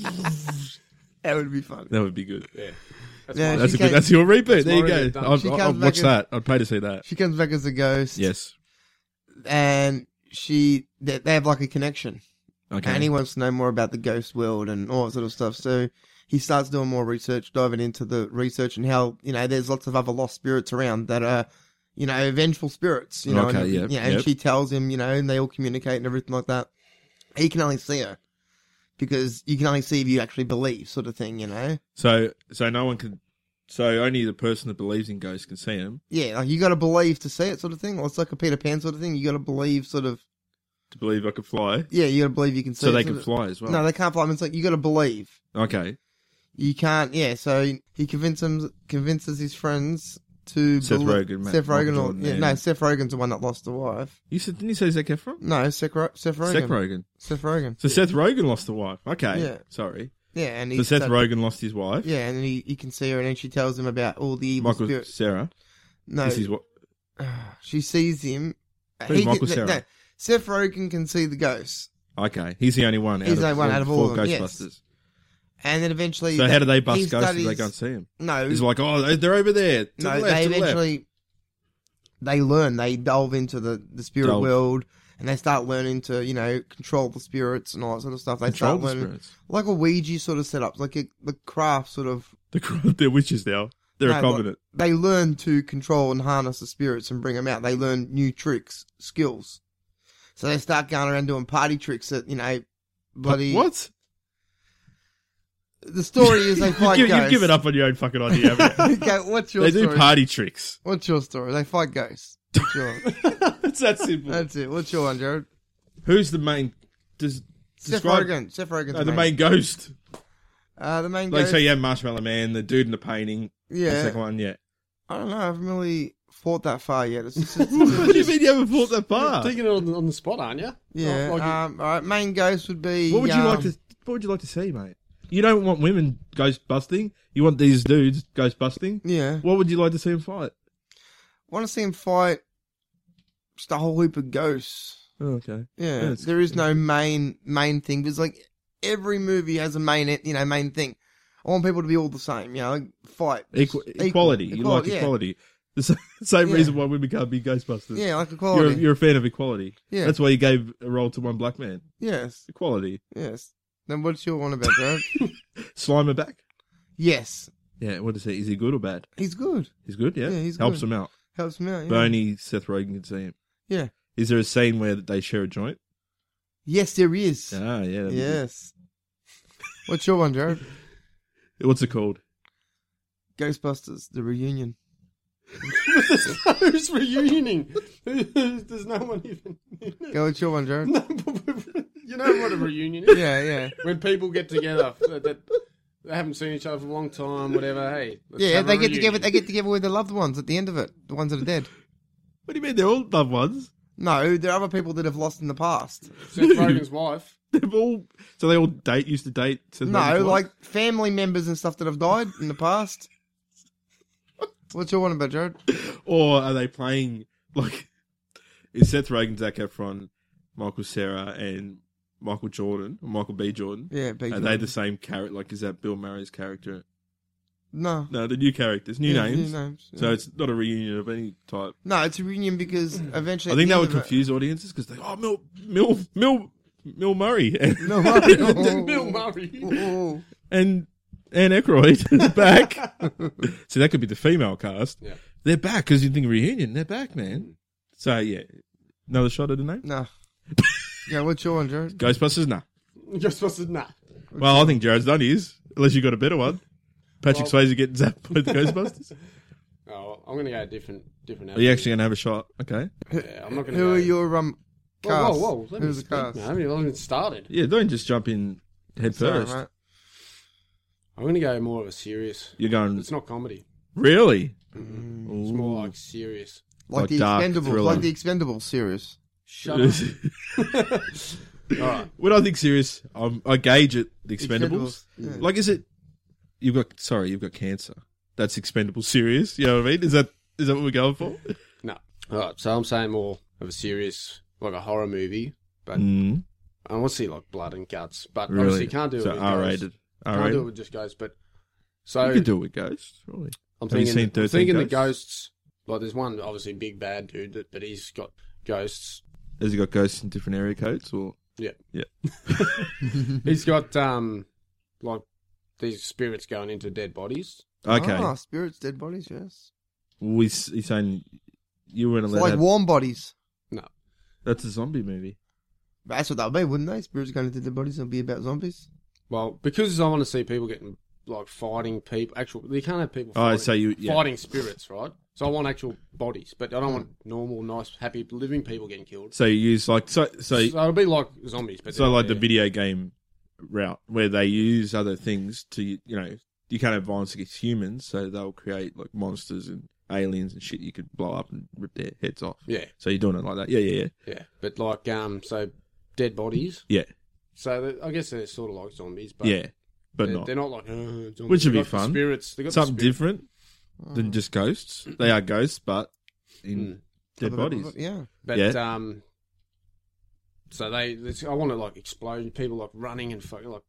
D: That would be fun.
C: That would be good.
E: yeah, that's
D: Yeah,
E: yeah,
C: That's
D: she
C: a good.
D: came-
C: That's your reboot.
E: my
C: There you
E: reboot
C: go.
E: done.
C: I'd,
D: She
C: I'd,
D: comes
C: I'd
D: back
C: watch
D: in-
C: that. I'd pay to see that.
D: She comes back as a ghost.
C: Yes.
D: And she, they, they have like a connection.
C: Okay.
D: And he wants to know more about the ghost world and all that sort of stuff. So he starts doing more research, diving into the research and how, you know, there's lots of other lost spirits around that are, you know, vengeful spirits, you know.
C: Okay,
D: and,
C: yeah,
D: you know, and
C: yep.
D: she tells him, you know, and they all communicate and everything like that. He can only see her because you can only see if you actually believe, sort of thing, you know.
C: so, so no one can. So only the person that believes in ghosts can see him.
D: Yeah, like you got to believe to see it, sort of thing. Or it's like a Peter Pan sort of thing. You got to believe, sort of.
C: To believe I could fly,
D: Yeah, you got to believe you can see.
C: so
D: it,
C: they
D: sort
C: can
D: of-
C: fly as well.
D: No, they can't fly. I mean, it's like you got to believe.
C: okay.
D: You can't, yeah. So he convinces him, convinces his friends to
C: Seth
D: belie-
C: Rogen, Ma-
D: Seth
C: Michael
D: Rogen, or,
C: Jordan,
D: yeah,
C: yeah.
D: no, Seth Rogen's the one that lost the wife.
C: You said didn't you say Zac Efron?
D: No, Seth, Ro- Seth Rogen.
C: Seth Rogen.
D: Seth Rogen.
C: So Seth Rogen lost the wife. Okay.
D: Yeah.
C: Sorry.
D: Yeah, and he
C: So Seth
D: said-
C: Rogen lost his wife.
D: Yeah, and he, he can see her, and then she tells him about all the evil
C: Michael
D: spirits.
C: Sarah.
D: No,
C: This is what.
D: she sees him.
C: Who's Michael
D: can,
C: Cera?
D: Seth Rogen can see the ghosts,
C: Okay. He's the only one.
D: He's
C: out
D: the only one
C: four-
D: out of all
C: four
D: of them, yes.
C: Ghostbusters.
D: and then eventually.
C: So how do they bust
D: he
C: ghosts? if they
D: studies-
C: go and see him.
D: No,
C: He's like, oh, they're over there. To
D: no,
C: the left,
D: they
C: to the left.
D: eventually they learn. They delve into the, the spirit
C: Delve.
D: world and they start learning to you know control the spirits and all that sort of stuff. They
C: control
D: start
C: the
D: learning
C: spirits.
D: like a Ouija sort of setup, like a, the craft sort of.
C: The, they're witches now. They're
D: No,
C: a
D: but-
C: covenant.
D: They learn to control and harness the spirits and bring them out. They learn new tricks, skills. So they start going around doing party tricks that you know, bloody.
C: What?
D: the story is? They fight
C: You've,
D: ghosts.
C: you've given up on your own fucking idea, haven't you?
D: okay, what's your
C: they do
D: story?
C: party tricks.
D: what's your story? They fight ghosts. What's your-
C: it's that simple.
D: that's it. What's your one, Jared?
C: Who's the main? Does
D: Seth
C: describe-
D: Rogen. Seth Rogen's
C: No, the main ghost.
D: Uh, the main
C: Like,
D: ghost.
C: so you have Marshmallow Man, the dude in the painting. The second
D: yeah.
C: one, yeah.
D: I don't know. I haven't really thought that far yet. It's just,
C: what do you mean you haven't thought that far?
E: taking it on the, on the spot, aren't you?
D: yeah.
E: Like,
D: um, all right. Main ghost would be.
C: What would you like
D: um,
C: to? What would you like to see, mate? You don't want women ghost busting. You want these dudes ghost busting.
D: Yeah.
C: What would you like to see them fight?
D: Want to see him fight? Just a whole heap of ghosts.
C: Oh, okay.
D: Yeah.
C: Yeah, it's-
D: there is no main main thing. There's like every movie has a main you know main thing. I want people to be all the same. You know, like fight
C: Equ-
D: Just equal-
C: equality. You
D: equal-
C: like
D: yeah.
C: equality. The sa- same
D: Yeah.
C: reason why women can't be Ghostbusters.
D: Yeah, like
C: You're,
D: equality.
C: you're a fan of equality.
D: Yeah.
C: That's why you gave a role to one black man.
D: Yes.
C: Equality.
D: Yes. Then what's your one about, Jared?
C: Slimer back.
D: yes.
C: Yeah, what is he? Is he good or bad?
D: He's good.
C: He's good, yeah?
D: Yeah, he's
C: Helps
D: good.
C: him out.
D: Helps me out. Yeah.
C: But only Seth Rogen can see him.
D: Yeah.
C: Is there a scene where they share a joint?
D: Yes, there is.
C: Ah, yeah. that'd be
D: Yes. What's your one, Jared?
C: good. What's it called?
D: Ghostbusters, the reunion.
E: who's reunining? There's no one even.
D: Go, what's your one, Jared?
E: No, but- but- you know what a reunion is?
D: Yeah, yeah.
E: When people get together that, that they haven't seen each other for a long time, whatever. Hey, let's
D: Yeah,
E: have a
D: they get
E: reunion.
D: together they get together with their loved ones at the end of it. The ones that are dead.
C: What do you mean? They're all loved ones.
D: No, there are other people that have lost in the past.
E: Seth Rogen's wife.
C: They've all. So they all date, used to date Seth
D: No,
C: Rogen's wife?
D: like family members and stuff that have died in the past. What's your one about, Jared?
C: Or are they playing like is Seth Rogen, Zac Efron, Michael Sarah, and Michael Jordan or Michael B. Jordan?
D: Yeah, big
C: Are they the same character? Like, is that Bill Murray's character?
D: No.
C: No, the new characters, new
D: Yeah,
C: names.
D: New names.
C: So it's not a reunion of any type.
D: no, it's a reunion because eventually.
C: I
D: at
C: think that
D: the end
C: would
D: of it-
C: confuse audiences because they, oh, Mill, Mill, Mill, Mill Murray and
D: No, Murray.
E: Bill Murray.
D: Oh,
C: and Anne Aykroyd is back. so that could be the female cast.
E: Yeah.
C: They're back because you think reunion. They're back, man. So yeah, another shot at a name.
D: No. Yeah, what's your one, Jared?
C: Ghostbusters, nah.
E: You're supposed to nah.
C: Well, I think Jared's done his, unless you got a better one. Patrick Swayze getting zapped by the Ghostbusters.
E: Oh, I'm gonna go a different different.
C: Are you actually going to have a shot? Okay.
E: Yeah, I'm not gonna.
D: Who
E: go.
D: are your um
E: Whoa,
D: cast?
E: whoa, whoa! Let
D: Who's
E: me
D: the
E: speak,
D: cast?
E: man. I haven't even started.
C: Yeah, don't just jump in head
D: Sorry,
C: first.
D: mate.
E: I'm gonna go more of a serious.
C: You're going.
E: It's not comedy.
C: Really?
E: Mm, It's more like serious.
D: Like,
C: Like
D: the
C: dark
D: Expendables,
C: thriller.
D: like the Expendables series.
E: Shut up.
C: When I think serious, I'm, I gauge it. The Expendables.
D: Expendables, yeah.
C: Like, is it? You've got sorry, you've got cancer. That's expendable serious. You know what I mean? Is that is that what we're going for?
E: No. All right. So I'm saying more of a serious, like a horror movie, but
C: Mm,
E: I want to see like blood and guts. But obviously you can't do it.
C: so
E: with
C: R
E: Ghosts.
C: rated.
E: Can't
C: R
E: do it
C: rated.
E: with just ghosts. But
C: You
E: so
C: can do it with ghosts. Surely.
E: I'm
C: Have you
E: thinking,
C: seen
E: I'm
C: 13
E: thinking the
C: Ghosts?
E: ghosts. Like there's one obviously big bad dude, that, but he's got ghosts.
C: Has he got ghosts in different area codes or?
E: He's got um like these spirits going into dead bodies.
C: Okay.
E: Oh,
D: Ah, spirits, dead bodies, yes.
C: We s- he's saying you weren't
D: It's
C: allowed.
D: like
C: to have-
D: warm bodies.
C: That's a zombie movie.
D: That's what that would be, wouldn't they? Spirits going into dead bodies and be about zombies.
E: Well, because I want to see people getting like fighting people. Actual, you can't have people.
C: Oh,
E: Fighting,
C: so you- yeah.
E: fighting spirits, right? So I want actual bodies, but I don't want normal, nice, happy, living people getting killed.
C: So you use like so so
E: So it'll be like zombies, but
C: so
E: they're
C: like
E: not
C: the
E: there.
C: video game route where they use other things to you know you can't have violence against humans, so they'll create like monsters and aliens and shit you could blow up and rip their heads off.
E: Yeah,
C: So you're doing it like that. Yeah, yeah, yeah.
E: yeah, but like um, so dead bodies.
C: Yeah.
E: So they- I guess they're sort of like zombies, but
C: yeah. But
E: they're,
C: not
E: they're not like uh, zombies.
C: Which would
E: They've
C: be
E: got the
C: fun.
E: Spirits, they got the
C: something
E: spirit-
C: different
D: Ah.
C: than just ghosts. They are ghosts but
E: Hmm.
C: in dead bodies.
D: Yeah.
E: But
C: Yeah.
E: um, so they, it's, I want to like explode people like running and fucking like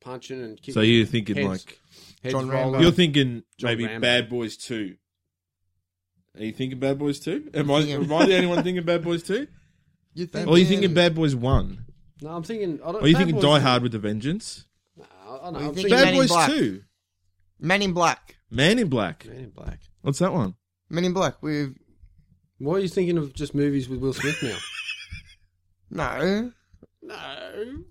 E: punching and kicking.
C: So you're thinking
E: heads-
C: like
E: heads
D: John
E: roll
D: Rambo.
E: up.
C: You're thinking
E: John
C: maybe
E: Rambo.
C: Bad Boys Two. Are you thinking Bad Boys Two? Am I,
D: Thinking-
C: am I the only one thinking Bad Boys Two?
D: You think?
C: Or are you thinking Bad Boys One?
E: no, I'm thinking. I don't,
C: Or are you
E: Bad
C: thinking
E: Boys-
C: Die Hard with a Vengeance?
E: Nah, I don't know.
D: you thinking
E: I'm thinking
D: Man
C: Bad
D: in
C: Boys
D: Black.
C: Two,
D: Man in Black?
C: Man in Black.
E: Man in Black.
C: What's that one?
D: Men in Black with
E: Why are you thinking of just movies with Will Smith now?
D: no
E: no.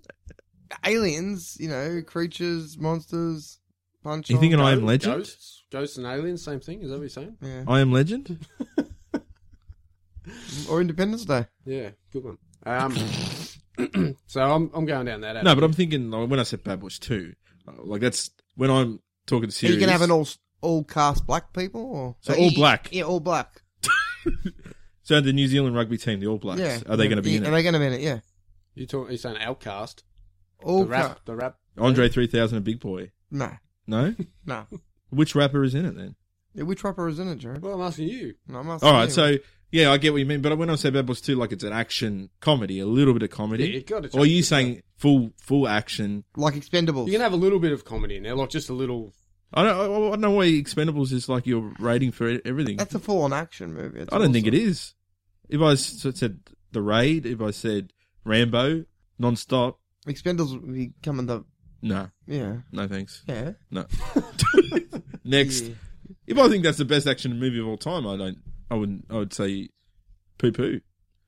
D: aliens. You know, creatures, monsters, punch.
C: Are you thinking
D: on.
C: I Am Legend?
E: Ghosts, ghosts and aliens, same thing. Is that what you're saying?
D: Yeah.
C: I Am Legend.
D: Or Independence Day.
E: Yeah, good one. Um, so I'm I'm going down that.
C: No, but I'm thinking like, when I said Bad Boys Two, uh, like that's when I'm talking serious.
D: Are you gonna have an all all cast black people or
C: So
D: Uh,
C: all
D: yeah,
C: black.
D: Yeah, all black.
C: so the New Zealand rugby team, the All Blacks,
D: Yeah.
C: are they going to be
D: yeah,
C: in
D: Are
C: it?
D: they gonna be in it? Yeah. Oh,
E: you talk, you're saying Outcast,
D: All
E: the rap,
D: cast.
E: the rap.
C: Andre 3000 and Big Boy.
D: No,
C: No,
D: no. rapper
C: which rapper is in it then?
D: which rapper is in it, Jared?
E: Well, I'm asking you.
D: No, I'm asking
C: All right,
D: you.
C: so yeah, I get what you mean, but when I say Bad Boys Two, like it's an action comedy, a little bit of
E: Yeah,
C: comedy.
E: you got to.
C: Or are you saying full full action?
D: like Expendables.
E: you can have a little bit of comedy in there, like just a little.
C: I don't I- I don't know why Expendables is like your rating for e- everything. I
D: That's a full on action movie. It's
C: don't think it is. If I s- said The Raid, if I said Rambo, non-stop,
D: awesome. Expendables would be coming the
C: no,
D: yeah
C: no thanks,
D: yeah.
C: no. Next,
D: Yeah.
C: if I think that's the best action movie of all time, I don't. I wouldn't. I would say poo poo.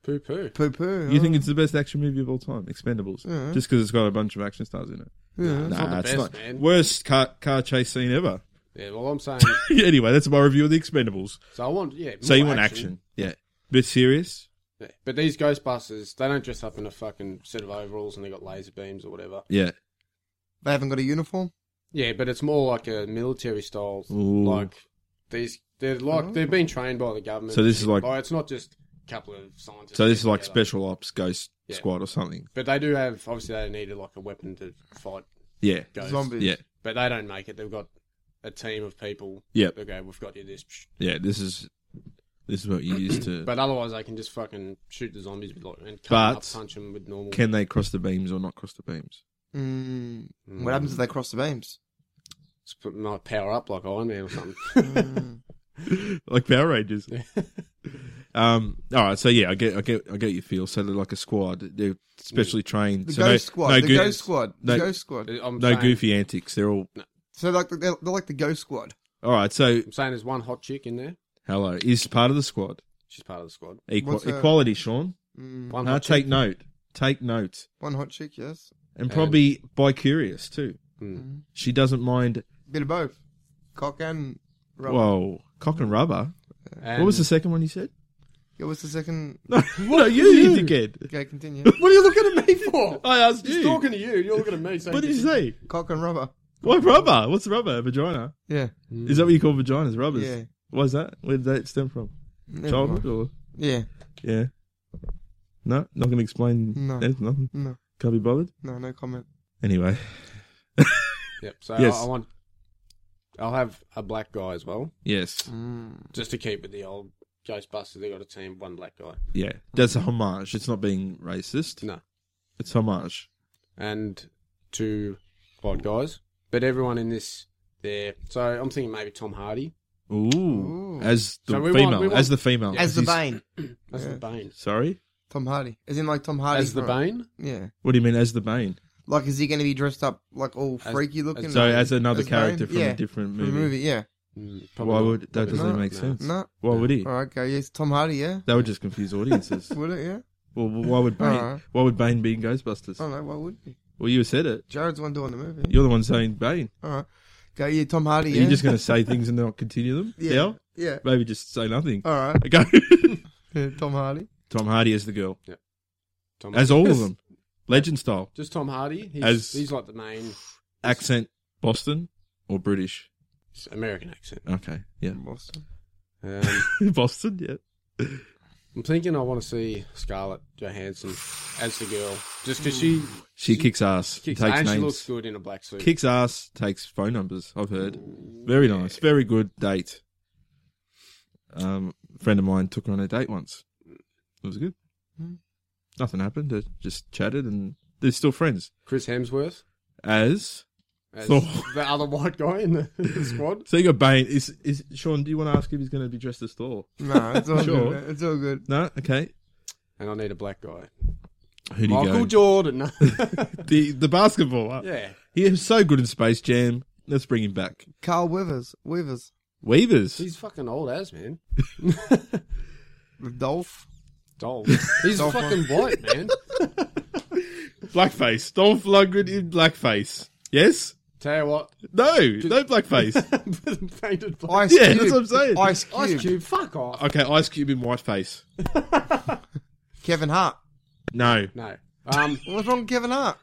E: Poo poo.
D: Poo poo.
C: You think it's the best action movie of all time, Expendables,
D: Yeah.
C: just because it's got a bunch of action stars in it.
D: Yeah.
E: It's
C: nah,
E: not the
C: it's
E: best,
C: not.
E: man.
C: Worst car, car chase scene ever.
E: Yeah, well, I'm saying.
C: anyway, that's my review of the Expendables.
E: So I want, yeah.
C: So
E: more
C: you want action? Yeah. Bit serious?
E: Yeah. But these Ghostbusters, they don't dress up in a fucking set of overalls and they got laser beams or whatever.
C: Yeah.
D: They haven't got a uniform.
E: Yeah, but it's more like a military style.
C: Ooh.
E: Like these, they're like they've been trained by the government.
C: So this is like-
E: oh, it's not just a couple of scientists.
C: So this is like
E: together.
C: special ops ghost
E: Yeah.
C: squad or something.
E: But they do have obviously they needed like a weapon to fight
C: Yeah.
E: ghosts.
D: Zombies.
C: Yeah.
E: But they don't make it. They've got a team of people.
C: Yep.
E: that go, we've got you this.
C: Yeah. This is this is what you use to.
E: But otherwise, they can just fucking shoot the zombies with like and cut
C: But-
E: up, punch them with normal.
C: Can they cross the beams or not cross the beams?
D: Mm. What happens if they cross the beams?
E: Sp- might power up like Iron Man or something.
C: like Power Rangers. um. All right. So yeah, I get, I get, I get your feel. So they're like a squad. They're specially trained.
D: The
C: so
D: Ghost
C: no-
D: Squad.
C: No,
D: the
C: goo-
D: Ghost Squad. The
C: no-
D: Ghost Squad.
E: I'm
C: no
E: saying-
C: goofy antics. They're all.
D: So like they're, they're like the Ghost Squad.
C: All right. So
E: I'm saying there's one hot chick in there.
C: hello is part of the squad.
E: She's part of the squad.
C: Equal,
D: What's that?
C: equality, Sean.
D: Mm.
E: One
C: Now
E: hot
C: take
E: chick.
C: note. Take note.
D: One hot chick, yes.
C: And Hmm. probably bi curious too.
E: Mm.
C: She doesn't mind.
D: Bit of both, cock and rubber.
C: Whoa, cock and rubber.
E: And
C: What was the second one you said?
D: Yeah, what's the second?
C: No, what are you, you dickhead?
D: Okay, continue.
E: What are you looking at me for?
C: I asked
E: He's
C: you.
E: talking to you. You're looking at me. Saying
C: What did you
E: this-
C: say?
D: cock and rubber.
C: Why rubber? What's rubber? Vagina?
D: Yeah.
C: Is that what you call vaginas? Rubbers?
D: Yeah.
C: Why's that? Where did that stem from?
D: Never
C: Childhood
D: mind.
C: or?
D: Yeah.
C: Yeah. No, not going to explain
D: No.
C: anything. Nothing.
D: No.
C: Can't be bothered.
D: No, no comment.
C: Anyway.
E: Yep. So
C: Yes.
E: I, I want. I'll have a black guy as well,
C: Yes.
D: Mm.
E: just to keep with the old Ghostbusters. They got a team, one black guy,
C: Yeah. That's a homage. It's not being racist.
E: No.
C: It's homage.
E: and two white guys. But everyone in this, there. So I'm thinking maybe Tom Hardy
C: Ooh.
D: Ooh.
C: As the
E: So we want-
C: female.
E: we want-
C: as the female.
E: Yeah.
D: As the
C: He's-
D: Bane.
E: as
D: Yeah.
E: the Bane.
C: Sorry?
D: Tom Hardy. As in like Tom Hardy.
E: As the
D: from-
E: Bane,
D: Yeah.
C: What do you mean as the Bane?
D: Like, is he going to be dressed up like all
E: As-
D: freaky looking?
E: as-
C: So as another
D: As Bane?
C: character from
D: Yeah.
C: a different
D: from the
C: movie.
D: movie, yeah.
E: Mm, probably
C: Why
E: not.
C: would that
E: Probably
C: doesn't
E: not.
C: make
E: No.
C: sense?
D: No.
C: Why would he?
D: All right, okay. Yes, Tom Hardy, yeah.
C: That would just confuse audiences.
D: Would it, yeah?
C: well, why would Bane?
D: Alright. Oh.
C: Why would Bane be in Ghostbusters?
D: I don't know. Why would he?
C: Well, you said it.
D: Jared's the one doing the movie.
C: You're the one saying Bane.
D: All right. Okay, yeah, Tom Hardy, yeah.
C: Are you just going to say things and not continue them?
D: Yeah. Oh.
C: Dale?
D: Yeah.
C: Maybe just say nothing.
D: All right.
C: Go.
D: Yeah, Tom Hardy.
C: Tom Hardy as the girl,
E: Tom
C: as
E: Hardy.
C: all of them, legend style.
E: Just Tom Hardy. He's,
C: As-
E: he's like the main
C: Accent Boston or British?
E: American accent.
C: Okay, yeah,
D: Boston.
E: Um,
C: Boston. Yeah,
E: I'm thinking I want to see Scarlett Johansson as the girl, just because she
C: she kicks ass,
E: kicks
C: Hmm. takes
E: and
C: names,
E: she looks good in a black suit.
C: kicks ass, takes phone numbers. I've heard. Very nice, very good date. Um, a friend of mine took her on a date once. It was good.
D: Hmm.
C: Nothing happened. They just chatted, and they're still friends.
E: Chris Hemsworth
C: As
E: as
C: Thor.
E: the other white guy in the, the squad.
C: so, you got Bane. Is is Sean? Do you want to ask if he's going to be dressed as Thor?
D: No, it's all
C: Sure.
D: good. man. It's all good.
C: No. Okay.
E: And I need a black guy.
C: Who do you
E: Michael
C: go?
E: Jordan.
C: the the basketballer.
E: yeah.
C: He was so good in Space Jam. Let's bring him back.
D: Carl Weathers. Weathers.
C: Weavers.
E: He's fucking old as, man.
D: The Dolph.
E: Doll. He's
D: Dolph
E: fucking white, man.
C: blackface. Dolph Lundgren in blackface. Yes.
E: Tell you what.
C: No. No blackface.
E: painted black.
D: Ice
C: yeah,
D: Cube.
C: that's what I'm saying.
D: Ice Cube.
E: Ice Cube, fuck off.
C: Okay, Ice Cube in whiteface.
D: Kevin Hart.
C: No.
E: No. Um,
D: What's wrong with Kevin Hart?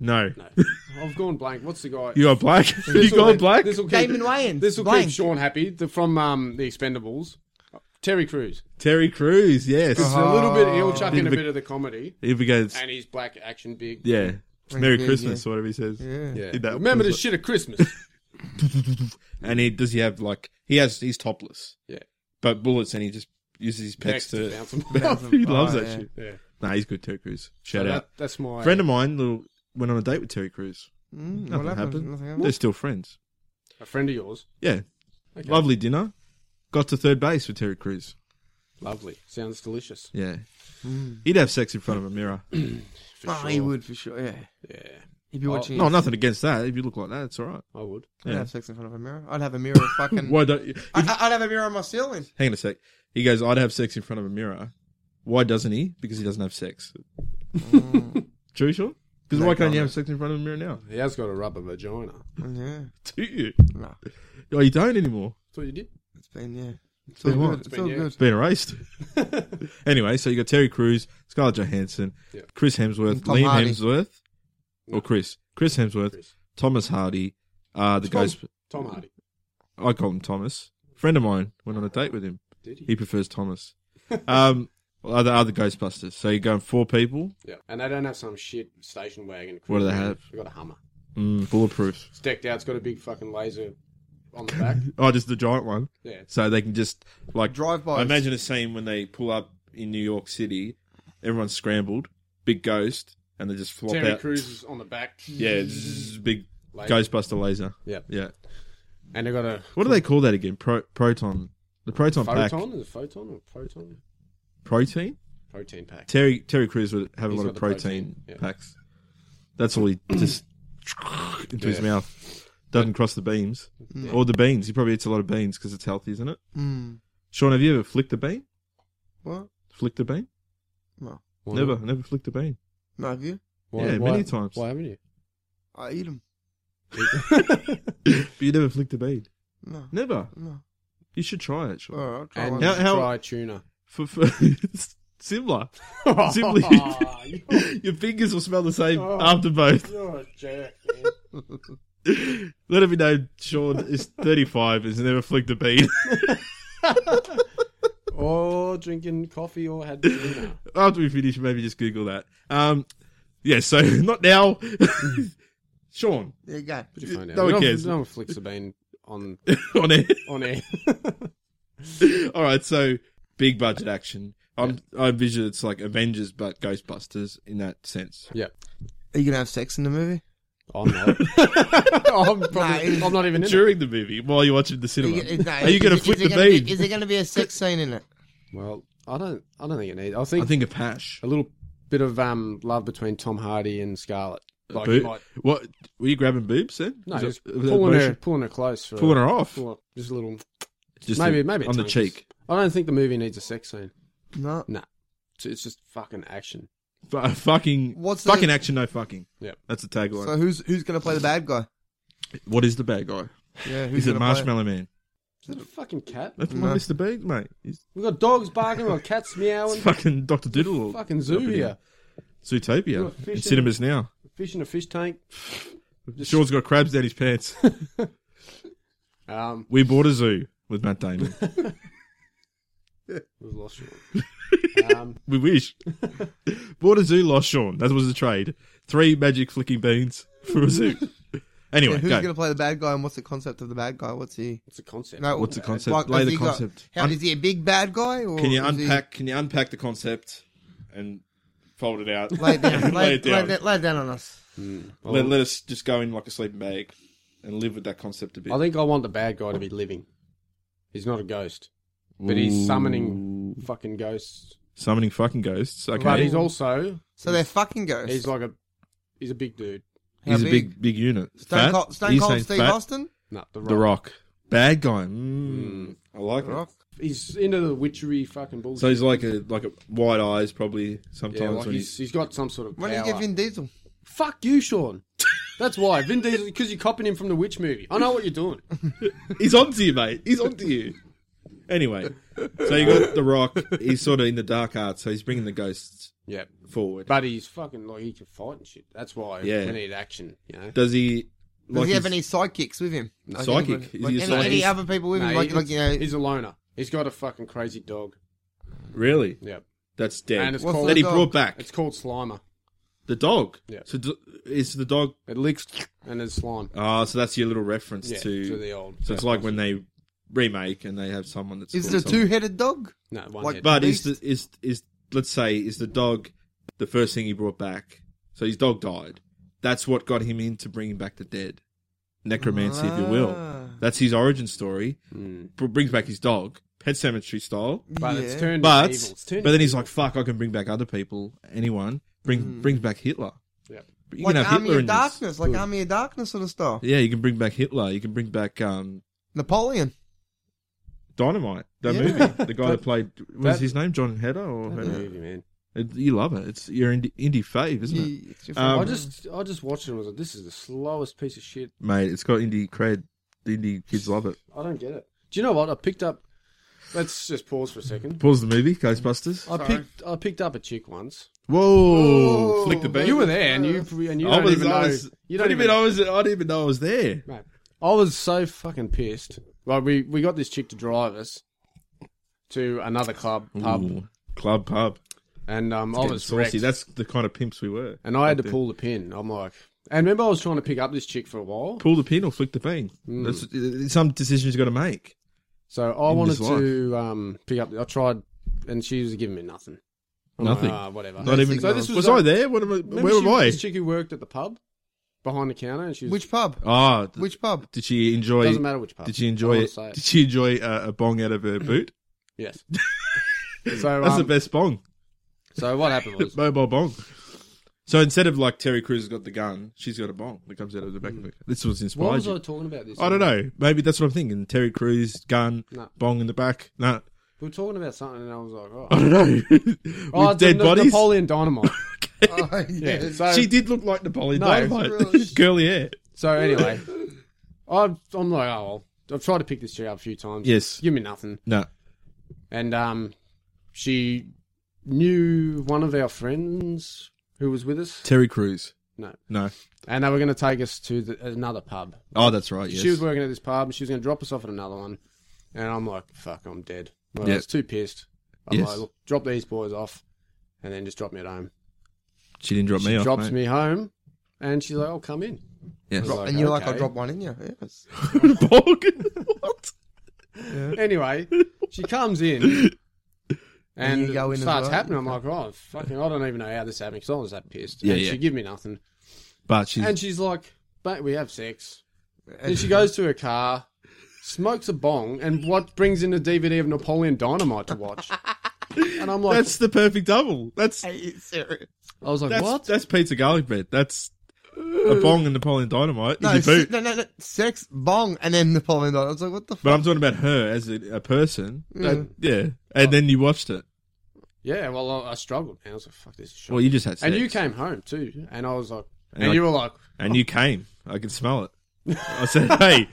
C: No.
E: no. I've gone blank. What's the guy?
C: You are black. you
E: This'll
C: gone
E: keep-
C: black.
E: This'll keep,
D: Damon Wayans.
E: This will keep
D: Blank.
E: Sean happy the, from um, the Expendables. Terry Crews.
C: Terry Crews. Yes.
E: It's a little bit. He'll chuck
C: Bit
E: in a
C: of a-
E: bit of the comedy,
C: Here we go.
E: Uh-huh. and he's black, action, big.
C: Yeah. Merry
D: Yeah,
C: Christmas,
D: yeah.
C: whatever he says.
D: Yeah.
E: Yeah.
C: That-
E: Remember this shit at Christmas.
C: And he does he have like he has he's topless.
E: Yeah.
C: But bullets and he just uses his
E: Next
C: pecs
E: to
C: to
E: bounce him.
C: he loves
D: Oh,
C: that
D: yeah.
C: shit.
E: yeah.
C: Nah, he's good, Terry Crews. Shout
E: That-
C: out.
E: that's my
C: friend of mine little, went on a date with Terry Crews.
D: Mm,
C: Nothing
D: what happened?
C: happened.
D: Nothing
C: They're
D: happened.
C: still friends.
E: a friend of yours.
C: Yeah.
E: Okay.
C: Lovely dinner. Got to third base with Terry Crews.
E: Lovely. Sounds delicious.
C: Yeah.
E: Mm.
C: He'd have sex in front of a mirror.
E: For
D: Oh,
E: sure.
D: he would for sure. Yeah.
E: Yeah,
D: He'd be
E: Oh,
D: watching.
C: No, nothing against that. If you look like that, it's all right.
E: I would.
D: I'd
C: Yeah.
D: have sex in front of a mirror. I'd have a mirror fucking.
C: Why don't you?
D: I, I- I'd have a mirror on my ceiling.
C: Hang on a sec. He goes, I'd have sex in front of a mirror. Why doesn't he? Because he doesn't have sex.
E: Mm.
C: True, Sean? Because
D: No
C: why can't you have
D: comment.
C: sex in front of a mirror now?
E: He has got a rubber vagina.
D: Yeah.
C: Do you?
D: No.
C: Oh, you don't anymore.
E: That's what you did.
D: It's been yeah. It's all
C: been what?
D: good.
C: It's
D: It's
E: been
D: all
E: yeah.
D: good.
C: It's been erased. anyway, so you got Terry Crews, Scarlett Johansson,
E: Yeah.
C: Chris Hemsworth,
D: And Tom
C: Liam
D: Hardy.
C: Hemsworth, or Chris, Chris Hemsworth,
E: Chris.
C: Thomas Hardy, uh, the
E: Tom.
C: ghost.
E: Tom Hardy.
C: I call him Thomas. Friend of mine went on a date with him.
E: Did he?
C: He prefers Thomas. um, well, other other Ghostbusters. So you're going four people,
E: Yeah. And they don't have some shit station wagon.
C: What do they
E: cruiser.
C: have?
E: They got a Hummer.
C: mm, bulletproof.
E: It's decked out. It's got a big fucking laser on the back.
C: Oh, just the giant one.
E: Yeah.
C: So they can just like
D: Drive by.
C: I imagine a scene when they pull up in New York City, everyone's scrambled, big ghost, and they just flop
E: Terry
C: out.
E: Crews is on the back.
C: Yeah, zzz, big
E: Laser.
C: Ghostbuster laser.
E: Yeah.
C: Yeah.
E: And they got a
C: What do they call that again? Pro- proton. The proton pack.
E: photon. Is it photon or proton?
C: Protein.
E: Protein pack.
C: Terry Terry Crews would have
E: He's
C: a lot
E: got
C: of
E: the
C: protein,
E: protein, yeah.
C: packs. That's all he just into his
E: Yeah. Mm.
C: mouth. Doesn't cross the beams or the beans. He probably eats a lot of beans because it's healthy, isn't it?
D: Mm.
C: Sean, have you ever flicked a bean?
D: What?
C: Flicked a bean?
D: No.
E: Why
C: never,
E: not?
C: never flicked a bean.
D: No, have you?
E: Why-
C: yeah,
E: why-
C: many times.
E: Why haven't you?
D: I eat them.
C: but you never flicked a bean.
D: No.
C: Never.
D: No.
C: You should try it, Sean.
D: All right. I'll try
E: And
D: one.
C: How- how-
E: dry tuna.
C: For, for it's similar, simply,
E: Oh, you're,
C: your fingers will smell the same
E: Oh.
C: after both.
E: you're a jerk, man.
C: Let it be known, Sean is 35 and has never flicked a bean.
E: or drinking coffee or had dinner.
C: After we finish, maybe just Google that. Um, yeah, so not now. Sean,
D: There you go.
E: Put your phone out.
C: No one
E: one-
C: cares.
E: No one flicks a bean on
C: on air.
E: on air.
C: All right, so big budget action. I'm, I envision it's like Avengers but Ghostbusters in that sense.
D: Are you gonna have sex in the movie?
E: I'm not. I'm, probably, I'm not even in it.
C: During the movie, while you're watching the cinema,
D: Are you, no,
C: are you going to
D: is-
C: flick the
D: is there gonna be-
C: bean?
D: Is there gonna be a sex scene in it?
E: Well, I don't. I don't think it needs. I
C: I
E: think,
C: think a pash.
E: a little bit of um love between Tom Hardy and Scarlett. Like,
C: Boob-
E: might-
C: What were you grabbing boobs then?
E: no,
C: Was it-
E: just
C: was it
E: pulling her,
C: motion?
E: pulling her close for
C: pulling her off,
E: pull her- just a little.
C: just
E: maybe,
C: a-
E: maybe a
C: on the
E: tongue
C: cheek.
E: kiss. I don't think the movie needs a sex scene.
D: No.
E: It's, it's just fucking action.
C: F- fucking,
D: What's the-
C: fucking action, no fucking.
E: Yeah.
C: that's the tagline.
D: So who's who's gonna play the bad guy?
C: what is the bad guy?
D: Yeah, who's
C: Is it
D: gonna play
C: Marshmallow Man?
E: Is that a fucking cat?
C: That's
D: No.
C: my Mr. Big, mate. He's
E: We've got dogs barking, we've got cats
C: it's
E: meowing.
C: fucking Doctor Doodle. or-
E: Oh, Fucking zoo here.
C: Zootopia
E: Got fish
C: in
E: in
C: cinemas now.
E: Fish in a fish tank.
C: Sean's got crabs down his pants.
E: Um,
C: we bought a zoo with Matt Damon.
E: we've lost you. Um,
C: we wish. bought a zoo, lost Sean. That was the trade. Three magic flicking beans for a zoo.
D: Yeah,
C: Anyway,
D: who's
C: go.
D: gonna play the bad guy and what's the concept of the bad guy? What's he?
E: what's the concept?
D: No,
C: What's the concept?
D: uh, like,
C: Lay
D: has
C: the
D: he got-
C: concept.
D: how,
C: Un-
D: is he a big bad guy? Or
C: Can you
D: is he-
C: unpack? Can you unpack the concept and fold it out?
D: Lay it down. lay,
C: Lay it down.
D: Lay, it- lay it down on us.
E: Well,
C: Let, let us just go in like a sleeping bag and live with that concept a bit.
E: I think I want the bad guy to be living. He's not a ghost, but he's summoning fucking ghosts.
C: Summoning fucking ghosts. Okay,
E: But he's also
D: So they're fucking ghosts.
E: he's like a he's a big dude.
D: How
C: He's a big, big unit.
D: Stone
C: Fat?
D: Cold,
C: Are
D: Stone
C: you
D: Cold
C: saying
D: Steve
C: fat?
D: Austin.
E: No, the rock.
C: The Rock. Bad guy. Mm. I like
D: The Rock.
C: it.
E: He's into the witchery fucking bullshit.
C: So he's like a like a wide eyes probably sometimes
E: yeah, like
C: when
E: he's,
C: he's,
E: he's got some sort of
D: Why
E: power.
D: do you give Vin Diesel?
E: Fuck you, Sean. That's why Vin Diesel because you're copying him from the witch movie. I know what you're doing.
C: he's onto you, mate. He's onto you. Anyway, so you got the Rock. He's sort of in the dark arts, so he's bringing the ghosts
E: Yeah,
C: forward.
E: but he's fucking like he can fight and shit. That's why
C: Yeah.
E: we need action. You know,
C: Does he?
D: Does
C: like
D: he have
C: his-
D: any sidekicks with him? Like
C: Psychic?
D: anybody-
C: Is he
D: like
C: a
D: any, any
C: psychic?
D: other people with
E: No,
D: him?
E: he-
D: Like, like you know,
E: he's a loner. He's got a fucking crazy dog.
C: Really?
E: Yeah,
C: That's dead.
E: And it's
D: What's
E: called
C: that he
D: dog?
C: brought back
E: it's called Slimer.
C: the dog.
E: Yeah.
C: So do, is the dog?
E: It licks and it's slime.
C: Ah, so that's your little reference
E: Yeah,
C: to.
E: to the old.
C: so it's like when they remake and they have someone that's.
D: is
C: called
D: it a
C: something.
D: two-headed dog?
E: no one
D: like-
E: hit.
C: But is the
D: Beast.
C: is is let's say is the dog the first thing he brought back? So his dog died. That's what got him into bringing back the dead, necromancy, if you will.
D: Ah. Hmm.
C: That's his origin story.
E: Mm.
C: Br- brings back his dog, pet cemetery style.
E: But
D: yeah.
E: it's turned
C: But
E: evil. It's
C: but
E: turned
C: then he's like, "Fuck, I can bring back other people, anyone." Bring brings back Hitler.
E: Yeah.
C: But you
D: Hmm. like
C: can have
D: Army
C: Hitler in
D: of
C: this.
D: Darkness, like Army of Darkness sort of stuff.
C: Yeah, you can bring back Hitler. You can bring back um,
D: Napoleon.
C: Dynamite. That
D: Yeah.
C: movie, the guy that, played what was
E: that-
C: his name, John Heder or
E: evil.
C: whoever?
E: movie, man.
C: It- you love it. It's your indie, indie fave, isn't it?
D: You- it's your
C: Um,
E: I
D: favorite.
E: just I just watched it and was like, this is the slowest piece of shit.
C: mate. It's got indie cred. The indie kids love it.
E: I don't get it. Do you know what? I picked up let's just pause for a second.
C: Pause the movie, Ghostbusters.
E: I picked I picked up a chick once.
C: Whoa, flick the beat.
E: You were there and you and you
C: I
E: don't
C: was.
E: even
C: I
E: know.
C: was
E: you
C: what
E: don't
C: do you
E: even
C: mean I was? I didn't even know I was there.
E: Mate, I was so fucking pissed. Like we, we got this chick to drive us to another club pub
C: Ooh, club pub.
E: and um I
C: Getting
E: was
C: saucy.
E: wrecked.
C: That's the kind of pimps we were.
E: and I had to
C: Back then.
E: pull the pin. I'm like and remember I was trying to pick up this chick for a while.
C: pull the pin or flick the bean.
E: Mm.
C: That's That's some decisions you got to make.
E: So I
C: In
E: wanted
C: this life.
E: to um, pick up. I tried, and she was giving me nothing. I'm like,
C: Nothing.
E: "Ah, whatever.
C: Not even.
E: So
D: this
C: was
E: was
C: I
E: like-
C: there? What am I,
E: Remember
C: where
E: she
C: am
E: was
C: I?
E: This chick who worked at the pub behind the counter, and she was.
D: Which pub?
C: Ah, th-
D: Which pub?
C: did she enjoy?
E: doesn't matter which pub.
C: Did she
E: I
C: enjoy
E: wanna
C: it?
E: say it.
C: Did she enjoy uh, a bong out of her boot?
E: Yes. so
C: That's the
E: um,
C: best bong.
E: so what happened was
C: mobile bong. So instead of like Terry Crews has got the gun, she's got a bong that comes out of the back of her. This was
E: what
C: inspired.
E: was
C: you.
E: I talking about this?
C: I don't know. Maybe that's what I'm thinking. Terry Crews gun
E: No.
C: bong in the back. No,
E: We were talking about something, and I was like,
C: I
E: oh,
C: don't know. With
E: oh it's
C: dead
E: Na-
C: bodies.
E: Napoleon Dynamite.
D: Oh,
E: Yeah.
D: yes.
E: So
C: She did look like Napoleon
E: No,
C: Dynamite.
D: really.
C: Curly hair.
E: so anyway, I'm I'm like, oh well. I've tried to pick this chick up a few times.
C: Yes.
E: Give me nothing.
C: No.
E: and um, she knew one of our friends who was with us.
C: Terry Crews.
E: No.
C: No.
E: And they were going to take us to the, another pub.
C: Oh, that's right. Yes.
E: She was working at this pub and she was going to drop us off at another one. And I'm like, fuck, I'm dead. Like,
C: Yeah.
E: I was too pissed. I'm
C: Yes.
E: like, look, drop these boys off and then just drop me at home.
C: She didn't drop
E: She
C: me off.
E: drops
C: mate.
E: me home and she's like, I'll come in.
C: Yes.
E: I was
D: and you're like,
E: okay.
D: I'll drop one in you. Yes.
C: Bargain. what?
E: Anyway, she comes in and,
D: you go in as
E: starts
D: well?
E: happening. I'm like, oh, fucking, I don't even know how this happened because I was that pissed.
C: Yeah,
E: and
C: yeah.
E: she give me nothing.
C: But she's
E: And she's like, but we have sex. Then she goes to her car, smokes a bong, and what brings in a DVD of Napoleon Dynamite to watch. And I'm like,
C: that's the perfect double. That's
D: Are you serious?
E: I was like,
C: that's
E: what?
C: that's pizza garlic bread. That's a bong and Napoleon Dynamite.
D: No,
C: in your
D: se-
C: boot.
D: no, no, no. Sex, bong, and then Napoleon Dynamite. I was like, what the fuck?
C: But I'm talking about her as a, a person. That- yeah. And then you watched it.
E: Yeah, well, I, I struggled, man. I was like, fuck, this is shit.
C: Well, you just had sex.
E: and you came home, too. And I was like, and,
C: like-
E: you were like,
C: And you came. I could smell it. I said, hey.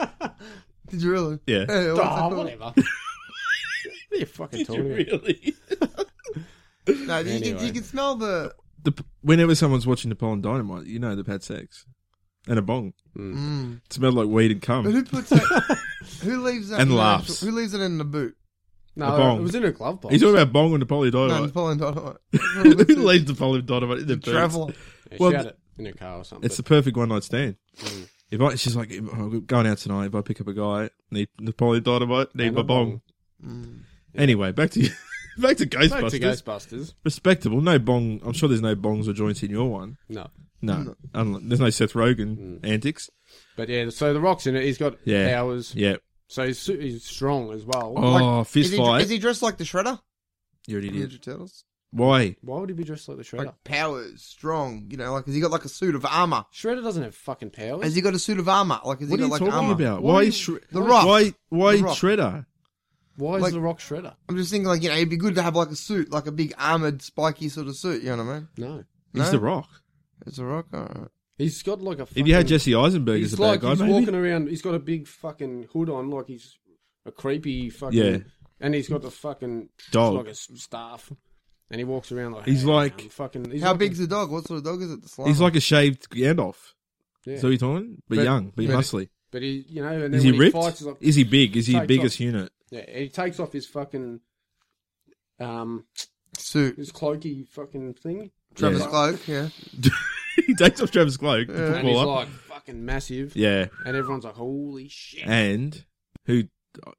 D: Did you really?
C: Yeah.
D: Hey, what's that
E: oh,
D: called?
E: whatever. what are you fucking talking about?
C: really?
D: No, you, can, you
E: Anyway.
D: can smell the.
C: The, p- whenever someone's watching Napoleon Dynamite, you know they've had sex. And a bong.
D: Mm.
C: It smelled like weed and
D: But
C: cum.
D: who puts that? who leaves that?
C: And
D: in the
C: laughs.
D: actual- who leaves it in the boot?
C: A
E: No,
C: bong.
E: it was in her glove box.
C: He's talking about bong and Napoleon
D: No,
C: Dynamite.
D: Napoleon Dynamite.
C: Who leaves Napoleon Dynamite in the boot?
D: Traveler.
E: Yeah,
C: well,
E: she had it in her car or something.
C: It's the perfect one night stand.
E: Mm.
C: If I, she's like, "If I'm going out tonight. If I pick up a guy, need Napoleon Dynamite, need
E: And
C: my
E: a
C: bong.
E: bong.
D: Mm.
C: Anyway, back to you. back to Ghostbusters.
E: Back to Ghostbusters.
C: Respectable. No bong. I'm sure there's no bongs or joints in your one.
E: No.
C: No. Unli- there's no Seth Rogen
E: Mm.
C: antics.
E: But yeah, so The Rock's in it. He's got
C: Yeah.
E: powers.
C: Yeah.
E: So he's, su- he's strong as well.
C: Oh,
D: Is
C: fist
D: he,
C: fight.
D: is he dressed like the Shredder?
C: You're an idiot.
D: Ninja Turtles.
C: Why?
E: Why would he be dressed like the Shredder?
D: Like powers, strong. You know, like has he got like a suit of armor?
E: Shredder doesn't have fucking powers.
D: Has he got a suit of armor? Like has
C: What are
D: he
C: you
D: got
C: talking
D: like armor?
C: about?
E: Why
C: Why?
E: you-
C: Shre-
D: The Rock.
C: Why? Why
D: The Rock.
C: Shredder?
E: Why is
D: Like-
E: The Rock Shredder?
D: I'm just thinking like you know it'd be good to have like a suit, like a big armored spiky sort of suit. You know what I mean?
E: No.
C: He's
D: No?
C: the Rock.
D: It's a rock. All right.
E: He's got like a fucking...
C: If you had Jesse Eisenberg as
E: He's
C: a
E: like,
C: bad guy,
E: he's
C: maybe.
E: walking around, he's got a big fucking hood on, like he's a creepy fucking...
C: Yeah.
E: And he's got the fucking...
C: Dog.
E: Like a s- staff. And he walks around like...
C: He's
E: "Hey,
C: like-
E: I'm fucking... He's
D: How
E: like a-
D: big's the dog? What sort of dog is it? The slime.
C: He's like a shaved Gandalf.
E: Yeah.
C: So you talking? But,
E: But-
C: young, but,
D: but-
C: muscly.
E: But he, you know, and then
C: Is he
E: when
C: ripped?
E: he fights, he's like...
C: is he big? Is he
E: Takes
C: biggest
E: off.
C: unit?
E: Yeah, he takes off his fucking... Um,
D: suit.
E: his cloaky fucking thing.
D: Travis
C: Yeah.
D: Cloak. Yeah.
C: he takes off Travis Cloak, the
E: And he's
C: footballer.
E: like fucking massive.
C: yeah,
E: And everyone's like, holy shit.
C: and who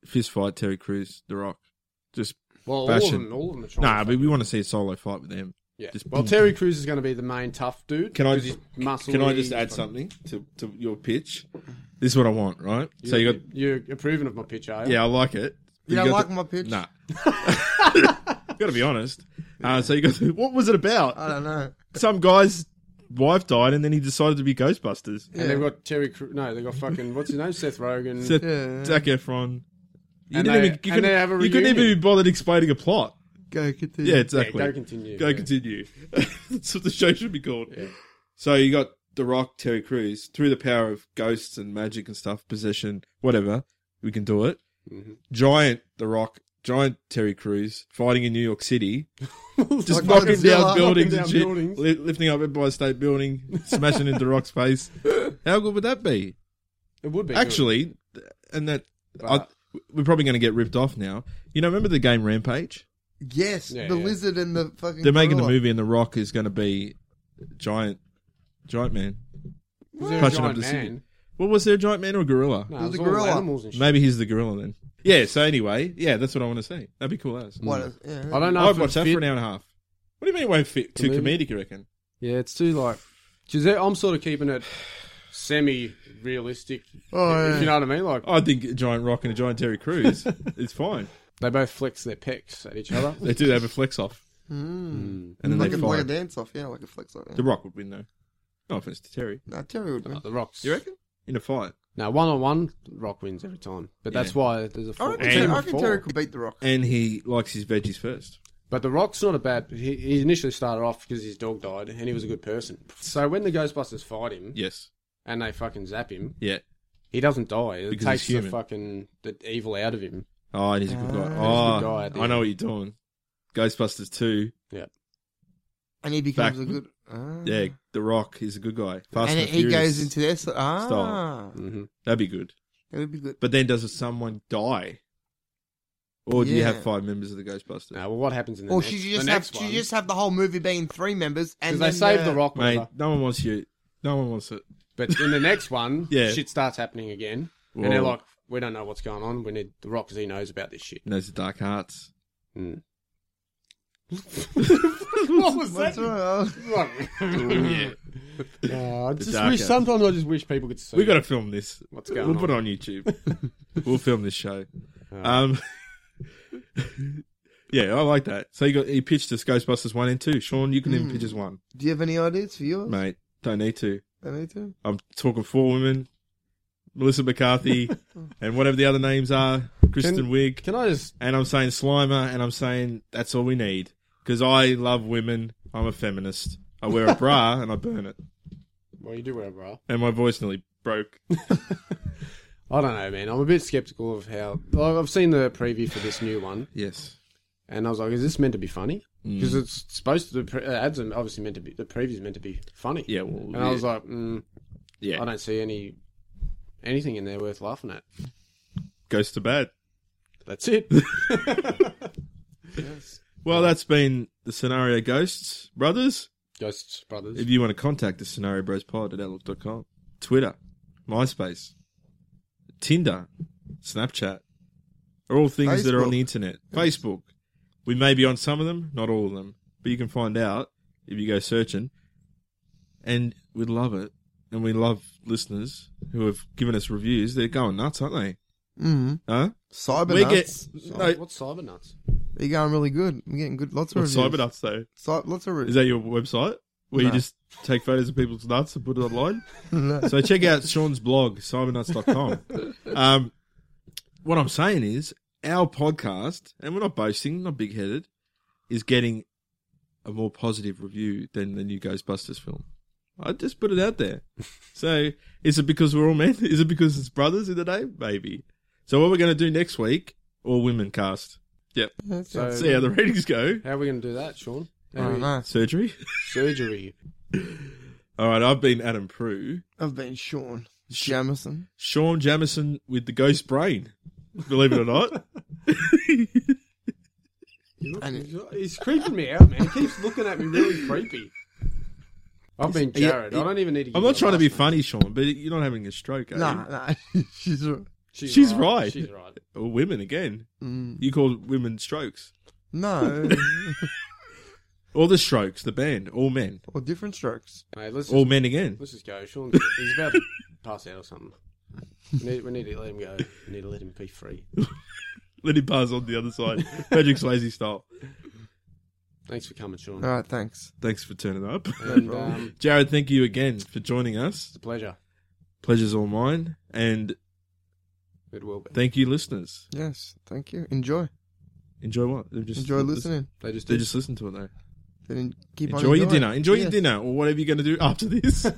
C: fist fight Terry Crews, The Rock? Just
E: Well, all of
C: Fashion.
E: them, all of them are trying
C: nah,
E: to
C: but we want to see a solo fight with them.
E: Yeah.
C: Just
E: well,
C: boom.
E: Terry Crews is going to be the main tough dude.
C: Can I
E: 'cause
C: just
E: he's muscly,
C: can I just
E: he's
C: add
E: fucking-
C: something to, to your pitch? This is what I want, right?
E: You,
C: so you got
E: you're approving of my pitch, are you?
C: yeah, I like it.
D: You don't
C: got
D: like
C: the-
D: my pitch?
C: Nah, got to be honest. Uh, so you got the, what was it about?
D: I don't know.
C: Some guy's wife died, and then he decided to be Ghostbusters.
E: And they've got Terry. Crew- No, they've got fucking what's his name, Seth Rogen.
C: Seth,
D: Yeah.
C: Zac Efron. You, didn't
E: And they-
C: even, you,
E: and they have a
C: couldn't, you couldn't even be
E: reunion. Mm.
C: bothered explaining a plot.
D: Go continue.
C: Yeah,
E: yeah,
C: exactly.
E: go continue.
C: Go
E: yeah.
C: continue. That's what the show should be called. So you got The Rock, Terry Crews, through the power of ghosts and magic and stuff, possession, whatever, we can do it.
E: Mhm.
C: Giant The Rock, giant Terry Crews, fighting in New York City, just
D: Like
C: knocking
D: Godzilla.
C: down buildings and
E: Knocking down
C: shit,
E: buildings.
C: li- lifting up Empire State Building, smashing into Rock's face. How good would that be?
E: It would be good.
C: Actually, th- and that
E: But-
C: I, we're probably going to get ripped off now. You know, remember the game Rampage?
D: Yes,
E: Yeah,
D: the
E: yeah.
D: lizard and the fucking.
C: They're making
D: gorilla.
C: a movie, and The Rock is going to be giant, giant man.
E: Was there a
C: punching up
E: giant
C: the city.
E: man?
C: What was there, a giant man or a gorilla?
E: No,
D: It was
E: it
D: a
E: was all
D: gorilla.
E: animals and shit.
C: Maybe he's the gorilla then. Yeah. So anyway, yeah, that's what I want to see. That'd be cool as.
D: What? is- Yeah.
E: I don't know.
C: I'd
E: if
C: watch that
E: it
C: for an
E: fit.
C: hour and a half. What do you mean it won't fit? Too
E: movie?
C: comedic, you reckon?
E: Yeah, it's too like. 'cause they're- I'm sort of keeping it semi-realistic.
D: Oh,
E: if
D: yeah.
E: you know what I mean, like
C: I think a giant rock and a giant Terry Crews. it's fine.
E: they both flex their pecs at each other.
C: They do have a flex off,
D: Mm.
C: and then
D: Like,
C: they
D: a, like a
C: fight.
D: dance off. Yeah, like a flex off. Yeah.
C: The Rock would win though. No offense to Terry.
D: Nah, Terry would win.
E: the rocks.
C: You reckon? In a fight.
E: No, one on one, Rock wins every time. But that's why there's a
D: I
E: four.
D: reckon,
E: a
D: Terry,
E: team
D: I
E: of
D: reckon
E: four.
D: Terry could beat the Rock.
C: And he likes his veggies first.
E: But The Rock's not a bad. He, he initially started off because his dog died and he was a good person. So when the Ghostbusters fight him
C: Yes.
E: and they fucking zap him,
C: Yeah.
E: he doesn't die. It
C: Because
E: takes
C: he's
E: the
C: human.
E: fucking the evil out of him.
C: Oh, and he's a good
D: Ah.
C: guy.
E: He's a good guy
C: Oh,
E: at the
C: I know
E: end.
C: what you're doing. Ghostbusters 2.
E: Yeah.
D: And he becomes
C: Back-
D: a good. Ah.
C: Yeah, The Rock is a good guy. Fast
D: And
C: and,
D: he
C: Furious.
D: goes into this. Ah,
C: style.
E: hmm
C: That'd be good.
D: that would be good.
C: But then does someone die? Or do you
D: Yeah.
C: have five members of the Ghostbusters?
E: Now, well, what happens in the
D: Or
E: next,
D: should you
E: the
D: just have
E: next
D: should
E: one?
D: you just have the whole movie being three members and
E: Because they
D: then,
E: save
D: uh,
E: the rock
C: Mate,
E: with her.
C: no one wants you. No one wants it.
E: But in the next one,
C: Yeah.
E: shit starts happening again. And they're
C: Whoa.
E: like, we don't know what's going on. We need the rock because he knows about this shit.
C: You know, it's the Dark Hearts.
E: Mm. what was
D: What's
E: that?
D: wrong?
E: yeah. I just
C: dark
E: wish,
C: hours.
E: sometimes I just wish people could see.
C: we got to film this.
E: What's going
C: we'll
E: on?
C: put it on YouTube. we'll film this show.
E: Alright.
C: Um, yeah, I like that. So you got you pitched us Ghostbusters one and two. Sean, you can
E: Hmm.
C: even pitch us one,
D: Do you have any ideas for yours?
C: mate. Don't need to.
D: I need to.
C: I'm talking four women, Melissa McCarthy, and whatever the other names are, Kristen Wiig.
E: Can I just
C: and I'm saying Slimer, and I'm saying that's all we need because I love women. I'm a feminist. I wear a bra and I burn it,
E: Well, you do wear a bra.
C: and my voice nearly broke.
E: I don't know, man. I'm a bit skeptical of how. Like, I've seen the preview for this new one,
C: Yes,
E: and I was like, "Is this meant to be funny?" Because
C: Mm.
E: it's supposed to. The pre- uh, ads are obviously meant to be. The preview's meant to be funny.
C: yeah. Well,
E: And I was like, mm,
C: yeah,
E: I don't see any anything in there worth laughing at.
C: goes to bed.
E: That's it.
C: Well, that's been the Scenario Ghosts Brothers.
E: Ghosts Brothers.
C: If you want to contact us, Scenario Bros Pod at Outlook.com, Twitter, MySpace, Tinder, Snapchat are all things that are on the internet. Facebook. We may be on some of them, not all of them, but you can find out if you go searching. And we'd love it. And we love listeners who have given us reviews. They're going nuts, aren't they?
D: Mm.
C: Huh?
D: Cyber
C: we
D: nuts.
C: get
E: Cyber-
C: no,
E: What's Cybernuts?
D: You're going really good. I'm getting good. Lots of reviews.
C: cyber nuts though.
D: Cy- lots of
C: Is
D: reviews.
C: that your website where you
D: No.
C: just take photos of people's nuts and put it online? So check out Sean's blog, cybernuts.com. um, what I'm saying is our podcast, and we're not boasting, not big headed, is getting a more positive review than the new Ghostbusters film. I just put it out there. So is it because we're all men? Is it because it's brothers in the name? Maybe. So what we're going to do next week, all women cast. Yep.
E: So,
C: See how the ratings go.
E: how are we going to do that, Sean?
D: I
E: How
D: don't
E: we-
D: know.
C: Surgery.
E: Surgery.
C: All right. I've been Adam Prue.
D: I've been Sean Jamison.
C: Sean Jamison with the ghost brain. Believe it or not.
D: And
E: He's creeping me out, man. He keeps looking at me really creepy. I've been
C: yeah,
E: Jared. I don't even need to. give
C: I'm
E: you a
C: not trying to be
E: last name.
C: funny, Sean, but you're not having a stroke, are
D: nah,
C: you?
D: nah. She's right.
E: She's,
C: She's
E: right.
C: right.
E: She's right.
C: Or women again.
D: Mm.
C: You call women strokes.
D: No,
C: Or the strokes, the band, all men.
D: or different strokes.
E: Mate, let's
C: All
E: just,
C: men again.
E: let's just go. Sean, he's about to pass out or something. We need, we need to let him go. We need to let him be free.
C: Let him buzz on the other side. Patrick's lazy style.
E: Thanks for coming, Sean.
D: All right, thanks.
C: Thanks for turning up.
E: and um,
C: Jared, thank you again for joining us.
E: it's a pleasure.
C: Pleasure's all mine. And
E: It will be.
C: thank you, listeners.
D: Yes, thank you. Enjoy.
C: Enjoy what? They've Just,
D: Enjoy listening.
E: They just
C: They
E: did.
C: just listen to it, though.
D: Then keep on
C: Enjoy your
D: enjoying.
C: dinner. Enjoy your
D: Yes,
C: dinner or whatever you're going to do after this.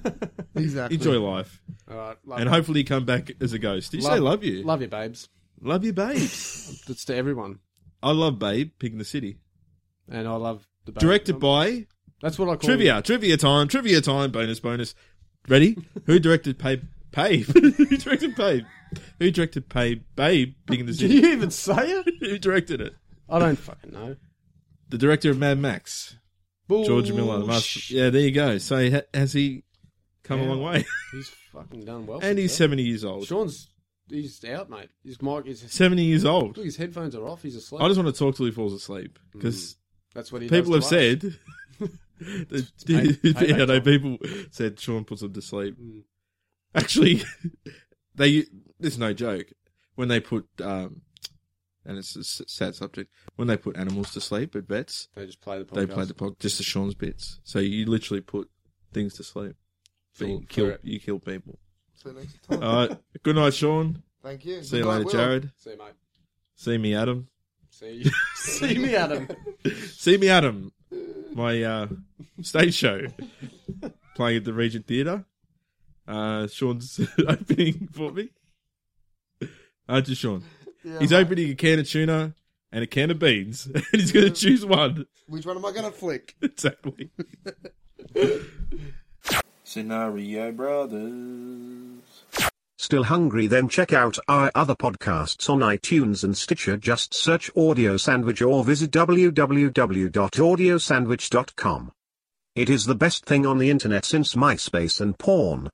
D: Exactly.
C: Enjoy life.
E: All right. Love,
C: And hopefully you come back as a ghost. Did you say love you?
E: Love you, babes.
C: Love you, babes.
E: That's to everyone.
C: I love Babe, Pig in the City.
E: And I love the babe. um,
C: Directed by
E: That's what I call
C: Trivia. Trivia time. Trivia time. Bonus, bonus. Ready? Who directed Babe? Babe. Who directed Babe? Who directed Babe? Babe, Pig in the
E: Did
C: City.
E: you even say it?
C: Who directed it?
E: I don't fucking know.
C: The director of Mad Max, George Miller. The
E: Bullsh-
C: master. Yeah, there you go. So ha- has he come a
E: Yeah.
C: long way?
E: He's fucking done well. for
C: and he's
E: himself.
C: 70 years old.
E: Sean's he's out, mate. His mic is
C: 70 years old.
E: look, his headphones are off. He's asleep.
C: I just want to talk till he falls asleep because
E: That's what he
C: people have
E: does to us.
C: said. that-
E: pay- payback
C: yeah, no,
E: time.
C: people said Sean puts them to sleep.
E: Mm.
C: Actually, they this is no joke. When they put um, and it's a s- sad subject. When they put animals to sleep at vets,
E: They just play the podcast.
C: they play the pod just the Sean's bits. So you literally put things to sleep. But
E: For-
C: you kill
E: for-
C: you kill people.
D: See you next time.
C: All right. Good night, Sean.
D: Thank you.
C: See you
D: Goodbye,
C: later,
D: Will.
C: Jared.
E: See, you, mate.
C: See me, Adam.
E: See you. See me, Adam.
C: See me, Adam. My uh, stage show playing at the Regent Theatre. Uh, Sean's opening for me. Aren't you, Sean?
D: Yeah,
C: he's
D: mate.
C: opening a can of tuna and a can of beans, and he's going to choose one
D: Which one am I gonna flick?
C: exactly.
B: Scenario Brothers.
A: Still hungry? Then check out our other podcasts on iTunes and Stitcher. Just search Audio Sandwich or visit www.audiosandwich.com. It is the best thing on the internet since MySpace and porn.